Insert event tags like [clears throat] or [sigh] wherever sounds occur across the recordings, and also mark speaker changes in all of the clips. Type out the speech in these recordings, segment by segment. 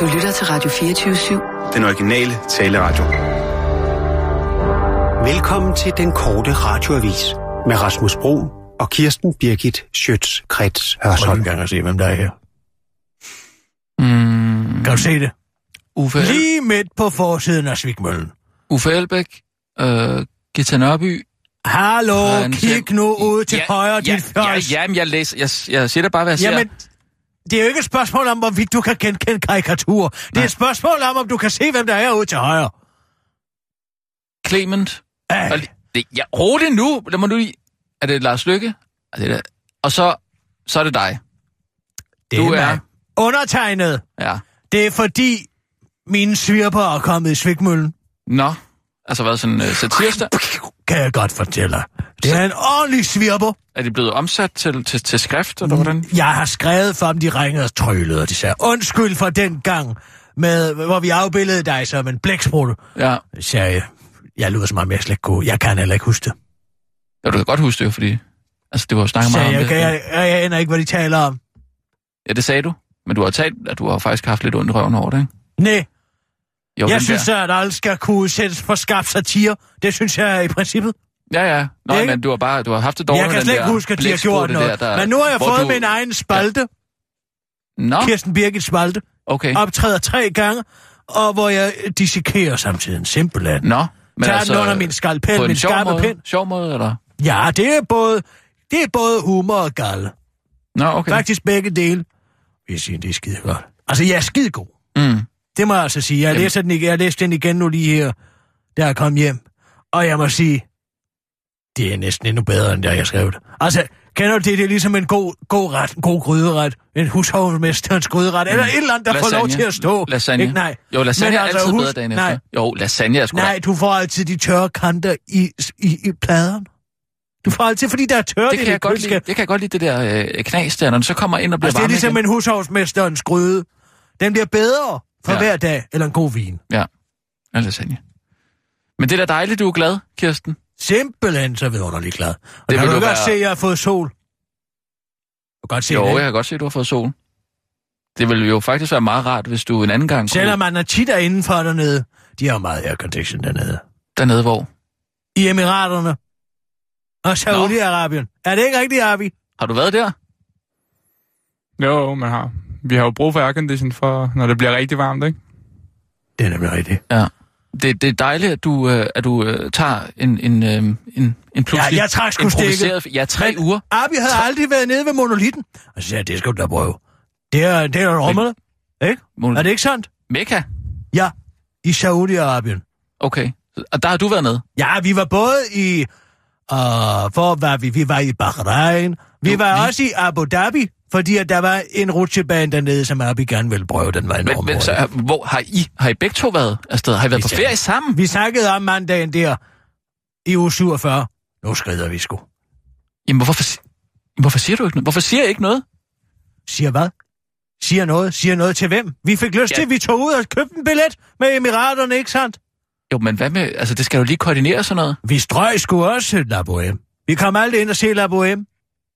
Speaker 1: Du lytter til Radio 24-7.
Speaker 2: Den originale taleradio.
Speaker 3: Velkommen til den korte radioavis med Rasmus Bro og Kirsten Birgit Schøtz-Krets Hørsholm.
Speaker 4: Hvordan kan jeg se, hvem der er her?
Speaker 5: Mm,
Speaker 4: Kan du se det?
Speaker 5: Uffe, El-
Speaker 4: Lige midt på forsiden af Svigmøllen.
Speaker 5: Uffe Elbæk, øh, Gita Nørby.
Speaker 4: Hallo,
Speaker 5: har en
Speaker 4: kig
Speaker 5: fem-
Speaker 4: nu ud til højre, dit
Speaker 5: ja, ja,
Speaker 4: fjørs.
Speaker 5: jamen, jeg, læser, jeg, jeg siger da bare, hvad jeg
Speaker 4: Jamen,
Speaker 5: Jamen.
Speaker 4: det er jo ikke et spørgsmål om, hvorvidt du kan genkende karikaturer. Det er et spørgsmål om, om du kan se, hvem der er ude til højre. Ah,
Speaker 5: ser. Clement.
Speaker 4: Ej,
Speaker 5: Og, li- det, ja, ro det nu. Lad mig nu lige... Er det Lars Lykke? Er det der? Og så, så er det dig.
Speaker 4: det
Speaker 5: du er-
Speaker 4: mig. Undertegnet.
Speaker 5: Ja.
Speaker 4: Det er fordi, mine svirper er kommet i svigmøllen.
Speaker 5: Nå. Altså hvad, sådan øh, satirsdag?
Speaker 4: Kan jeg godt fortælle dig. Det er en ordentlig svirper.
Speaker 5: Er det blevet omsat til, til, til skrift, eller hvordan?
Speaker 4: Jeg har skrevet for dem, de ringede og tryllede, og de sagde, undskyld for den gang, med, hvor vi afbildede dig som en blæksprutte.
Speaker 5: Ja.
Speaker 4: Så sagde jeg, jeg lyder som om, jeg slet ikke kunne. Jeg kan heller ikke huske det.
Speaker 5: ja, du kan godt huske det, jo, fordi... Altså, det var jo snakket
Speaker 4: Så
Speaker 5: meget om
Speaker 4: jeg,
Speaker 5: det.
Speaker 4: kan, jeg, jeg, jeg aner ikke, hvad de taler om.
Speaker 5: Ja, det sagde du. Men du har talt, at du har faktisk haft lidt ondt i røven over det, ikke?
Speaker 4: Nej,
Speaker 5: Jo,
Speaker 4: jeg
Speaker 5: den
Speaker 4: synes,
Speaker 5: der.
Speaker 4: at alle skal kunne sættes for skarpt satire. Det synes jeg i princippet.
Speaker 5: Ja, ja. Nå,
Speaker 4: Ikke?
Speaker 5: men du har bare du har haft det dårligt.
Speaker 4: jeg
Speaker 5: med
Speaker 4: kan
Speaker 5: den
Speaker 4: slet ikke
Speaker 5: der
Speaker 4: huske, at de har gjort
Speaker 5: blæksprutte
Speaker 4: noget.
Speaker 5: Der, der,
Speaker 4: Men nu har jeg
Speaker 5: hvor
Speaker 4: fået
Speaker 5: du...
Speaker 4: min egen spalte, ja.
Speaker 5: Nå,
Speaker 4: Kirsten Birgit spalte,
Speaker 5: okay.
Speaker 4: optræder tre gange, og hvor jeg dissekerer samtidig en simpelthen.
Speaker 5: Nå,
Speaker 4: Men Tager altså, den under min
Speaker 5: på
Speaker 4: skalpel,
Speaker 5: en
Speaker 4: min
Speaker 5: sjov
Speaker 4: skarpe
Speaker 5: måde,
Speaker 4: pind.
Speaker 5: sjov måde, eller?
Speaker 4: Ja, det er både, det er både humor og galle.
Speaker 5: Nå, okay.
Speaker 4: Faktisk begge dele. Jeg siger, det er skide godt. Altså, jeg er skide god.
Speaker 5: Mm.
Speaker 4: Det må jeg altså sige. Jeg
Speaker 5: Jamen.
Speaker 4: læser den, igen, jeg læste den igen nu lige her, da jeg kom hjem. Og jeg må sige, det er næsten endnu bedre, end da jeg skrev det. Altså, kender du det? Det er ligesom en god, god, ret, en god gryderet. En hushovmesterens gryderet. Eller et eller andet, der får lov
Speaker 5: Mm. Lasagne.
Speaker 4: til at stå.
Speaker 5: Lasagne.
Speaker 4: Ikke? Nej.
Speaker 5: Jo, lasagne
Speaker 4: Men
Speaker 5: er
Speaker 4: altså,
Speaker 5: altid
Speaker 4: hus-
Speaker 5: bedre dagen
Speaker 4: nej.
Speaker 5: efter. Jo, lasagne er sgu da...
Speaker 4: Nej, du får altid de tørre kanter i, i, i pladerne. Du får altid, fordi der er tørre
Speaker 5: Det kan, jeg godt lide, det kan jeg godt lide, det der øh, knas der, når den så kommer ind og bliver
Speaker 4: Altså, det er
Speaker 5: varm
Speaker 4: ligesom
Speaker 5: igen.
Speaker 4: en hushovsmesterens gryde. Den bliver bedre for
Speaker 5: Ja.
Speaker 4: ja. hver dag, eller en god vin. ligesom
Speaker 5: Ja, lasagne. Men det er da dejligt, du er glad, Kirsten.
Speaker 4: Simpelthen så vidunderlig glad. Og
Speaker 5: Det
Speaker 4: det kan
Speaker 5: vil
Speaker 4: du
Speaker 5: du
Speaker 4: godt
Speaker 5: være-
Speaker 4: se, at jeg har fået sol? Du kan godt se
Speaker 5: jo,
Speaker 4: det.
Speaker 5: jeg kan godt se, at du har fået sol. Det ville jo faktisk være meget rart, hvis du en anden gang kunne...
Speaker 4: Selvom man er tit er indenfor dernede. De har jo meget aircondition dernede.
Speaker 5: Dernede hvor?
Speaker 4: I Emiraterne. Og Saudi-Arabien. Er det ikke rigtigt, Arbi?
Speaker 5: Har du været der?
Speaker 6: Jo, man har. Vi har jo brug for aircondition, for, når det bliver rigtig varmt, ikke?
Speaker 4: Det er nemlig rigtigt.
Speaker 5: Det, det er dejligt, at du, øh, at du øh, tager en, en, øh, en, en pludselig...
Speaker 4: Ja, jeg trak sgu
Speaker 5: improviseret- Ja, tre
Speaker 4: Men-
Speaker 5: uger.
Speaker 4: Arbi havde aldrig været nede ved monolitten. Og så sagde jeg, det skal du da prøve. Det er, det er rummel. Ikke?
Speaker 5: Mon-
Speaker 4: Er det ikke sandt?
Speaker 5: Mekka?
Speaker 4: Ja. I Saudi-Arabien.
Speaker 5: Okay. Og der har du været med?
Speaker 4: Ja, vi var både i... Uh, hvor var vi? Vi var i Bahrain. Vi
Speaker 5: Jo,
Speaker 4: jo, var
Speaker 5: vi-
Speaker 4: vi... også i Abu Dhabi, fordi at der var en rutsjebane dernede, som Abi gerne ville prøve. Den var
Speaker 5: Men,
Speaker 4: enorm
Speaker 5: men, så,
Speaker 4: hurtig.
Speaker 5: har- hvor har I, har I begge to været afsted? Har I været på
Speaker 4: Hvis jeg-
Speaker 5: ferie sammen?
Speaker 4: Vi snakkede om mandagen der i uge 47. Nu skrider vi sgu.
Speaker 5: Jamen, hvorfor, si- hvorfor siger du ikke noget? Hvorfor siger jeg ikke noget?
Speaker 4: Siger hvad? Siger noget? Siger noget til hvem? Vi fik lyst
Speaker 5: Ja.
Speaker 4: ja. til, at vi tog ud og købte en billet med Emiraterne, ikke sandt?
Speaker 5: Jo, men hvad med... Altså, det skal jo lige koordinere sådan noget.
Speaker 4: Vi strøg sgu også til La Bohème. Vi kom aldrig ind og se La Bohème.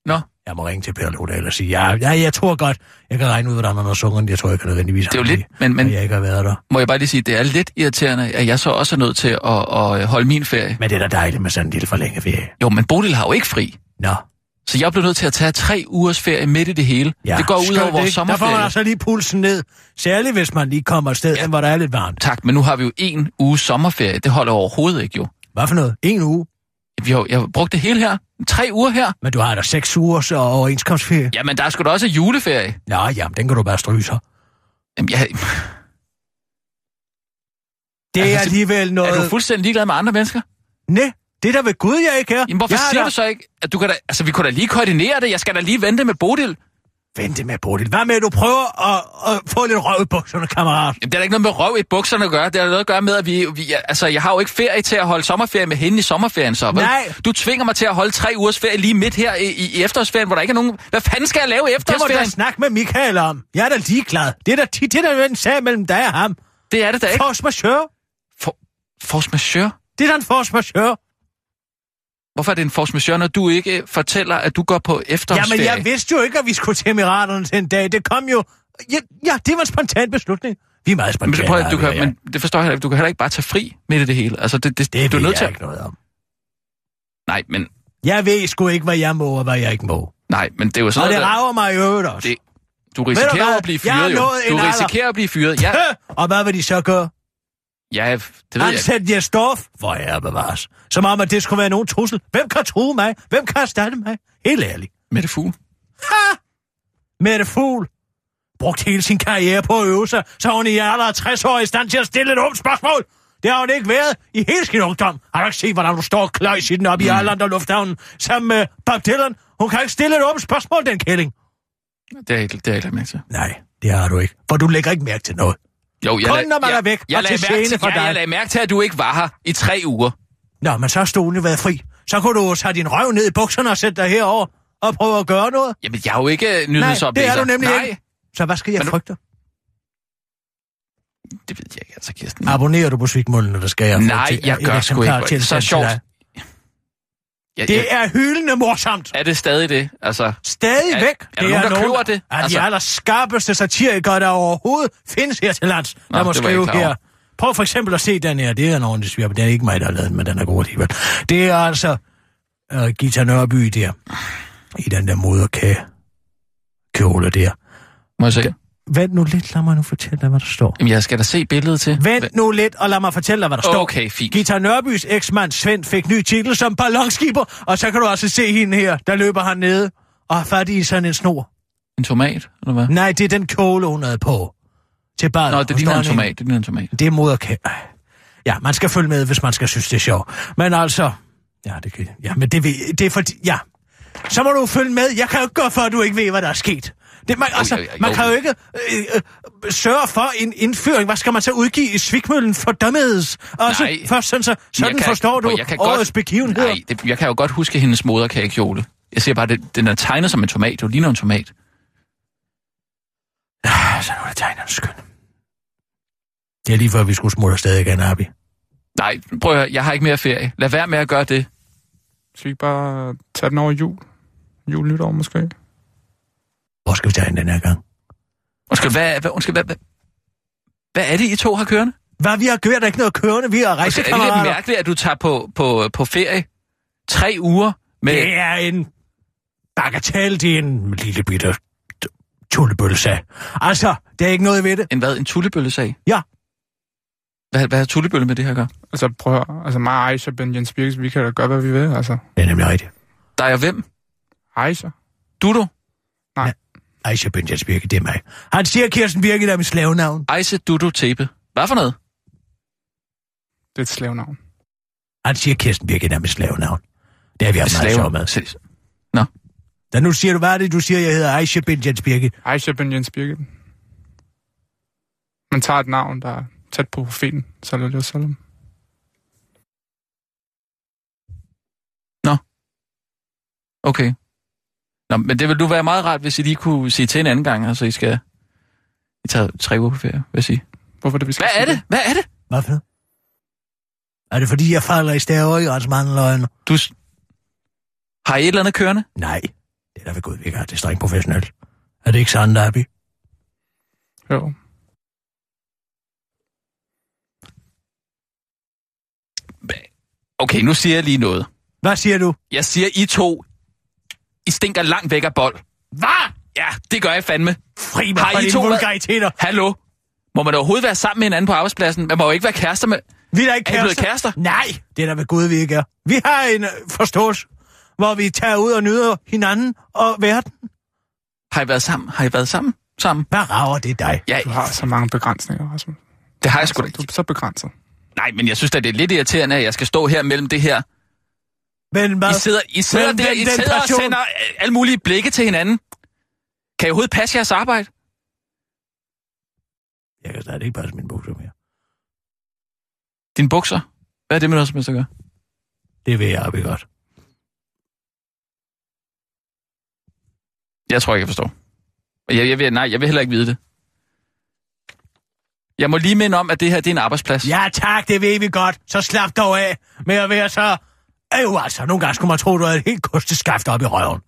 Speaker 5: Nå.
Speaker 4: Jeg må ringe til Per Lodal og sige, ja, ja, jeg tror godt, jeg kan regne ud, hvordan han har sunget. Jeg tror ikke, han nødvendigvis
Speaker 5: Det er jo
Speaker 4: har
Speaker 5: lidt... Men,
Speaker 4: men...
Speaker 5: men
Speaker 4: jeg ikke har været der.
Speaker 5: må jeg bare lige sige, det er lidt irriterende, at jeg så også er nødt til at, at holde min ferie.
Speaker 4: Men det er da dejligt med sådan en lille forlænget ferie.
Speaker 5: Jo, men Bodil har jo ikke fri.
Speaker 4: Nå,
Speaker 5: Så jeg blev nødt til at tage tre ugers ferie midt i det hele.
Speaker 4: ja.
Speaker 5: Det går ud
Speaker 4: skønt,
Speaker 5: over vores
Speaker 4: ikke? Der får man
Speaker 5: sommerferie.
Speaker 4: altså lige pulsen ned. Særligt, hvis man lige kommer et sted,
Speaker 5: Ja.
Speaker 4: ja. hvor der er lidt varmt.
Speaker 5: Tak, men nu har vi jo en uge sommerferie. Det holder overhovedet ikke jo.
Speaker 4: Hvad for noget? En uge?
Speaker 5: Vi har, jo- jeg har brugt det hele her. Tre uger her.
Speaker 4: Men du har da seks uger så overenskomstferie.
Speaker 5: Jamen, der er sgu da også juleferie.
Speaker 4: Ja. Nå, jamen, den kan du bare stryge så.
Speaker 5: Jamen, jeg,
Speaker 4: Det
Speaker 5: Altså,
Speaker 4: er alligevel noget...
Speaker 5: er du fuldstændig ligeglad med andre mennesker?
Speaker 4: Nej, det er da ved Gud, jeg ikke er.
Speaker 5: Jamen, hvorfor
Speaker 4: jeg har
Speaker 5: siger
Speaker 4: da-
Speaker 5: du så ikke, at du kan da, altså, vi kunne da lige koordinere det? Jeg skal da lige vente med Bodil.
Speaker 4: Vente med, Bodil. Hvad med, at du prøver at, at få lidt røv i bukserne, kammerat?
Speaker 5: Jamen, det er da ikke noget med røv i bukserne at gøre. Det har noget at gøre med, at vi, vi, altså, jeg har jo ikke ferie til at holde sommerferie med hende i sommerferien så, vel?
Speaker 4: Nej.
Speaker 5: Du tvinger mig til at holde tre ugers ferie lige midt her i, i i efterårsferien, hvor der ikke er nogen... Hvad fanden skal jeg lave i
Speaker 4: Det må du da
Speaker 5: efterårsferien? Det,
Speaker 4: snakke med Michael om. Jeg er da ligeglad. Det er da tit, det er da en sag mellem dig og ham.
Speaker 5: det er det da ikke.
Speaker 4: Force majeure.
Speaker 5: For, force majeure?
Speaker 4: Det er da en force majeure.
Speaker 5: Hvorfor er det en force majeure, når du ikke fortæller, at du går på
Speaker 4: Jamen,
Speaker 5: efterårsferie?
Speaker 4: jeg vidste jo ikke, at vi skulle til Emiraterne til en dag. Det kom jo... Ja, ja det var en spontan beslutning. Vi er meget
Speaker 5: Men,
Speaker 4: spontane.
Speaker 5: prøv, at- du
Speaker 4: Arvid og
Speaker 5: kan,
Speaker 4: jeg.
Speaker 5: men det forstår jeg heller ikke. Du kan heller ikke bare tage fri midt i det hele. Altså, det, det,
Speaker 4: det
Speaker 5: du er
Speaker 4: ved
Speaker 5: nødt
Speaker 4: jeg
Speaker 5: til at...
Speaker 4: ikke noget om.
Speaker 5: Nej, men,
Speaker 4: Jeg ved sgu ikke, hvad jeg må og hvad jeg ikke må.
Speaker 5: nej, men det er jo sådan
Speaker 4: Og det
Speaker 5: noget, der-
Speaker 4: rager mig i øvrigt også.
Speaker 5: Det- Du
Speaker 4: du
Speaker 5: risikerer
Speaker 4: hvad?
Speaker 5: at blive
Speaker 4: Jeg har
Speaker 5: fyret, jo.
Speaker 4: nået en
Speaker 5: Du
Speaker 4: alder.
Speaker 5: risikerer at blive fyret. Ja,
Speaker 4: Og hvad vil de så gøre?
Speaker 5: ja det ved jeg ikke.
Speaker 4: Ansæt jer stof? Hvor er jeg bevares. Som om, at det skulle være nogen trussel. Hvem kan true mig? Hvem kan erstatte mig? Helt ærligt.
Speaker 5: Mette Fugl.
Speaker 4: Mette Fugl brugt hele sin karriere på at øve sig, så hun i alderen 60 år er i stand til at stille et åbent spørgsmål. Det har hun ikke været i hele sin ungdom. Har du ikke set, hvordan hun står og kløjs i den
Speaker 5: Mm.
Speaker 4: op i Arland og Lufthavnen sammen med Bob Dylan? Hun kan ikke stille et åbent spørgsmål, den kælling.
Speaker 5: Det er jeg, det er jeg ikke lagt mærke til.
Speaker 4: Nej, det har du ikke, for du lægger ikke mærke til noget.
Speaker 5: Jo, jeg
Speaker 4: Kun
Speaker 5: lag-
Speaker 4: når man
Speaker 5: jeg,
Speaker 4: er væk
Speaker 5: jeg
Speaker 4: og
Speaker 5: lagde
Speaker 4: til
Speaker 5: mærke
Speaker 4: gene
Speaker 5: til,
Speaker 4: for
Speaker 5: jeg,
Speaker 4: dig.
Speaker 5: jeg lagde mærke til, at du ikke var her i tre uger.
Speaker 4: Nå, men så har stolen været fri. Så kunne du tage din røv ned i bukserne og sætte dig herover og prøve at gøre noget.
Speaker 5: Jamen, jeg er jo ikke øh,
Speaker 4: Nej,
Speaker 5: nyhedsoplæser.
Speaker 4: det er du nemlig
Speaker 5: Nej,
Speaker 4: ikke. Så hvad skal jeg
Speaker 5: Men nu-
Speaker 4: frygte?
Speaker 5: det ved jeg ikke, altså, Kirsten.
Speaker 4: Abonnerer du på Svigmunden, eller skal jeg få
Speaker 5: Nej,
Speaker 4: til-
Speaker 5: jeg
Speaker 4: et
Speaker 5: gør sgu
Speaker 4: eksemplar
Speaker 5: ikke.
Speaker 4: til at
Speaker 5: Så
Speaker 4: sende til
Speaker 5: sjovt.
Speaker 4: dig?
Speaker 5: Jeg, jeg,
Speaker 4: Det er hyldende morsomt.
Speaker 5: er det stadig det? Altså,
Speaker 4: Stadigvæk.
Speaker 5: Er- er der nogen, der køber det?
Speaker 4: Af
Speaker 5: Altså-
Speaker 4: de allerskarpeste satirikere, der overhovedet findes her til lands,
Speaker 5: Nå,
Speaker 4: der må
Speaker 5: det var jeg ikke
Speaker 4: skrive
Speaker 5: klar over.
Speaker 4: her. Prøv for eksempel at se den her. Det er en ordentlig svirp. Det er ikke mig, der har lavet den, men den er god alligevel. Det er altså uh, Gita Nørby der. I den der moderkage kjole der.
Speaker 5: må jeg se?
Speaker 4: Vent nu lidt, lad mig nu fortælle dig, hvad der står.
Speaker 5: Jamen, jeg skal da se billedet til.
Speaker 4: Vent nu lidt, og lad mig fortælle dig, hvad der står.
Speaker 5: Okay, fint.
Speaker 4: Gita Nørbys eksmand Svend fik ny titel som ballonskiber, og så kan du også se hende her, der løber hernede og har fat i sådan en snor.
Speaker 5: En tomat, eller hvad?
Speaker 4: Nej, det er den kjole, hun havde på. Til bare,
Speaker 5: Nå, det ligner en tomat. Det ligner en tomat.
Speaker 4: Det er moderkage. Ja, man skal følge med, hvis man skal synes, det er sjovt. Men altså... Ja, det kan Ja, men det, ved, det er fordi... Ja. Så må du følge med. Jeg kan jo ikke gøre for, at du ikke ved, hvad der er sket. Det, man, altså,
Speaker 5: jo, jo,
Speaker 4: man
Speaker 5: jo.
Speaker 4: kan jo ikke øh, øh, sørge for en indføring. Hvad skal man så udgive i Svigmøllen for dummedes? Og så,
Speaker 5: Nej.
Speaker 4: først sådan, så, sådan
Speaker 5: kan-
Speaker 4: forstår du
Speaker 5: jeg kan godt-
Speaker 4: årets begivenheder.
Speaker 5: Nej, det, jeg kan jo godt huske hendes moderkagekjole. Jeg siger bare, det, den er tegnet som en tomat. Det ligner en tomat.
Speaker 4: Ah, Så nu er det tegnerne skøn. Det er lige før, vi skulle smutte afsted igen, Abi.
Speaker 5: Nej, prøv at høre, jeg har ikke mere ferie. Lad være med at gøre det.
Speaker 6: Skal vi ikke bare tage den over jul? Jul nytår måske?
Speaker 4: Hvor skal vi tage hen den her gang?
Speaker 5: Undskyld, hvad, hvad, undskyld, hvad, hvad, hvad er det, I to har kørende?
Speaker 4: Hvad vi har gjort, der er ikke noget kørende. Vi er
Speaker 5: Undskyld, er det ikke lidt
Speaker 4: rejsekammerater.
Speaker 5: mærkeligt, at du tager på, på, på ferie tre uger med...
Speaker 4: Det er en bagatell, det er en lille bitte t- tullebølse. Altså, det er ikke noget ved det.
Speaker 5: En hvad? En tullebølle-sag?
Speaker 4: Ja.
Speaker 5: Hvad, hvad har tullebølle med det her at gøre?
Speaker 6: Altså prøv at høre. Altså mig og Aisha, Ben Jens Birkes, vi kan da gøre, hvad vi vil. Altså,
Speaker 4: Det er nemlig rigtigt.
Speaker 5: Der er hvem?
Speaker 6: Aisha.
Speaker 5: Dudo?
Speaker 4: Aisha Benjans Birke, det er mig. Han siger, at Kirsten Birke der er mit slavenavn.
Speaker 5: Ejse Dudo Tepe. Hvad for noget?
Speaker 6: Det er et slavenavn.
Speaker 4: Han siger, at Kirsten Birke der er mit slavenavn. Det er vi haft meget sjov med.
Speaker 5: Ses.
Speaker 4: Da nu siger du, hvad er det, du siger, jeg hedder Aisha Benjans Birke?
Speaker 6: Aisha Ben Jens Birket. Man tager et navn, der er tæt på profeten, sallallahu alaihi wasallam.
Speaker 5: Okay. Nå, men det ville du være meget rart, hvis I lige kunne sige til en anden gang, altså I skal... I tager tre uger på ferie, vil jeg sige.
Speaker 6: Hvorfor er det, vi skal
Speaker 5: Hvad
Speaker 6: sige
Speaker 5: er det? Hvad er det?
Speaker 4: Hvad for noget? Er det fordi, jeg falder i staver i Rens Mandeløgne?
Speaker 5: Du... s- Har I et eller andet kørende?
Speaker 4: Nej, det er da ved Gud, vi ikke har. Det er strengt professionelt. Er det ikke sandt, Abi?
Speaker 6: Jo.
Speaker 5: Okay, nu siger jeg lige noget.
Speaker 4: Hvad siger du?
Speaker 5: Jeg siger, I to, I stinker langt væk af bold. Hvad? Ja, det gør jeg fandme.
Speaker 4: Fri mig
Speaker 5: Har
Speaker 4: fra
Speaker 5: I
Speaker 4: dine
Speaker 5: to været-
Speaker 4: vulgariteter.
Speaker 5: Hallo? Må man overhovedet være sammen med hinanden på arbejdspladsen? Man må jo ikke være kærester med...
Speaker 4: Vi er da ikke
Speaker 5: Er I
Speaker 4: kærester.
Speaker 5: blevet kærester?
Speaker 4: Nej, det er der ved Gud, vi ikke er. Vi har en øh, forståelse, hvor vi tager ud og nyder hinanden og verden.
Speaker 5: Har I været sammen? Har I været sammen? Sammen?
Speaker 4: Hvad rager det dig?
Speaker 5: Ja,
Speaker 6: Du har så mange begrænsninger, Rasmus. Altså,
Speaker 5: det har jeg sgu da
Speaker 6: Du
Speaker 5: ikke.
Speaker 6: er så begrænset.
Speaker 5: Nej, men jeg synes da, det er lidt irriterende, at jeg skal stå her mellem det her.
Speaker 4: Men
Speaker 5: I
Speaker 4: hvad?
Speaker 5: sidder, I sidder
Speaker 4: Men
Speaker 5: der,
Speaker 4: den-
Speaker 5: I
Speaker 4: den
Speaker 5: sidder og
Speaker 4: person-
Speaker 5: sender øh, alle mulige blikke til hinanden. Kan I overhovedet passe jeres arbejde?
Speaker 4: Jeg kan slet ikke passe min bukser mere.
Speaker 5: Dine bukser? Hvad er det med noget, som helst at gøre?
Speaker 4: Det ved jeg, Abi, godt.
Speaker 5: Jeg tror ikke, jeg forstår. Og Jeg, jeg vil, nej, jeg vil heller ikke vide det. Jeg må lige minde om, at det her det er en arbejdsplads.
Speaker 4: Ja tak, det ved vi godt. Så slap dog af med at være så... Øv altså, nogle gange skulle man tro, du havde et helt kosteskaft op i røven.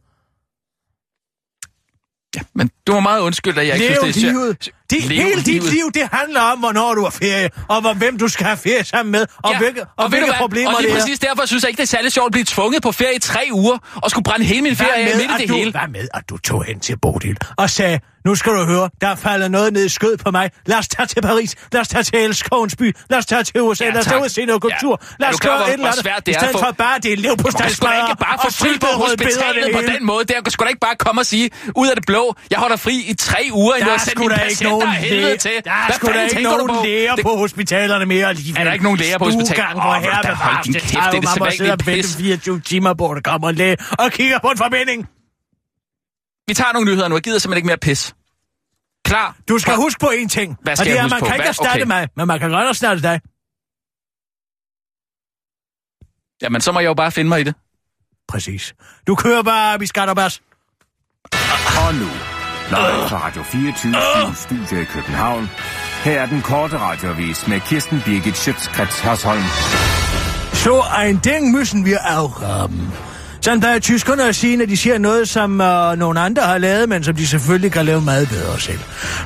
Speaker 5: Ja, men du må meget undskylde, at jeg ikke
Speaker 4: Lev
Speaker 5: synes, det er sjovt.
Speaker 4: livet. De,
Speaker 5: Lev
Speaker 4: hele dit
Speaker 5: livet.
Speaker 4: liv, det handler om, hvornår du har ferie, og hvor, hvem du skal have ferie sammen med, og ja, hvilke, og
Speaker 5: ved du
Speaker 4: hvilke
Speaker 5: hvad?
Speaker 4: problemer
Speaker 5: og lige
Speaker 4: det er.
Speaker 5: præcis derfor synes jeg ikke, det er særlig sjovt at blive tvunget på ferie i tre uger, og skulle brænde hele min ferie af midt i
Speaker 4: at
Speaker 5: det
Speaker 4: du,
Speaker 5: hele.
Speaker 4: Hvad med, at du tog hen til Bodil og sagde, nu skal du høre, der falder noget ned i skød på mig. Lad os tage til Paris, lad os tage til Elskovens by, lad os tage til USA,
Speaker 5: Ja,
Speaker 4: ja, lad os
Speaker 5: tak.
Speaker 4: tage ud og se noget
Speaker 5: Ja.
Speaker 4: kultur, ja.
Speaker 5: Er
Speaker 4: lad
Speaker 5: du
Speaker 4: os
Speaker 5: klar over,
Speaker 4: gøre
Speaker 5: hvor-
Speaker 4: et eller
Speaker 5: hvor
Speaker 4: andet,
Speaker 5: svært det
Speaker 4: i
Speaker 5: er
Speaker 4: stedet
Speaker 5: at få-
Speaker 4: for bare det
Speaker 5: Man kan sgu da ikke bare
Speaker 4: elevpåstandsbrædder
Speaker 5: få
Speaker 4: og
Speaker 5: fri på
Speaker 4: sylterøde bedre
Speaker 5: hospitalet på den måde der. Man kan sgu da ikke bare komme og sige, ud af det blå, jeg holder fri i tre uger, inden
Speaker 4: Der
Speaker 5: jeg
Speaker 4: er
Speaker 5: har sendt
Speaker 4: sgu
Speaker 5: mine
Speaker 4: da ikke nogen
Speaker 5: patienter af helvede
Speaker 4: læger,
Speaker 5: til.
Speaker 4: der er
Speaker 5: Hvad
Speaker 4: sgu da
Speaker 5: fanden
Speaker 4: ikke
Speaker 5: tænker du
Speaker 4: nogen
Speaker 5: på?
Speaker 4: læger
Speaker 5: Det-
Speaker 4: på hospitalerne mere alligevel.
Speaker 5: Er der ikke nogen læger på hospitalerne?
Speaker 4: Åh,
Speaker 5: Åh,
Speaker 4: hvor
Speaker 5: der-
Speaker 4: herre
Speaker 5: hold
Speaker 4: bevares,
Speaker 5: din
Speaker 4: det
Speaker 5: kæft,
Speaker 4: tager
Speaker 5: det
Speaker 4: jo
Speaker 5: er
Speaker 4: mig at sidde og
Speaker 5: sædvanligt
Speaker 4: vente
Speaker 5: pis.
Speaker 4: 24 timer på, at der kommer en læge og kigger på en forbinding.
Speaker 5: Vi tager nogle nyheder nu. Jeg gider simpelthen ikke mere pis. Klar?
Speaker 4: Du skal huske på én ting,
Speaker 5: Hvad
Speaker 4: og
Speaker 5: skal
Speaker 4: det
Speaker 5: jeg
Speaker 4: er, at
Speaker 5: huske
Speaker 4: man
Speaker 5: på?
Speaker 4: kan ikke
Speaker 5: Hvad-
Speaker 4: erstatte
Speaker 5: okay.
Speaker 4: mig, men man kan godt erstatte dig.
Speaker 5: Jamen, så må jeg jo bare finde mig i det.
Speaker 4: Præcis. Du kører bare, vi skatter bare.
Speaker 2: Og nu, live fra Radio 24, Studio i København. Her er den korte radiovis med Kirsten Birgit Schøtzgrads Hasholm.
Speaker 4: Så ein Ding müssen wir auch haben. Sådan plejer tyskerne at sige, når de siger noget, som øh, nogle andre har lavet, men som de selvfølgelig kan lave meget bedre selv.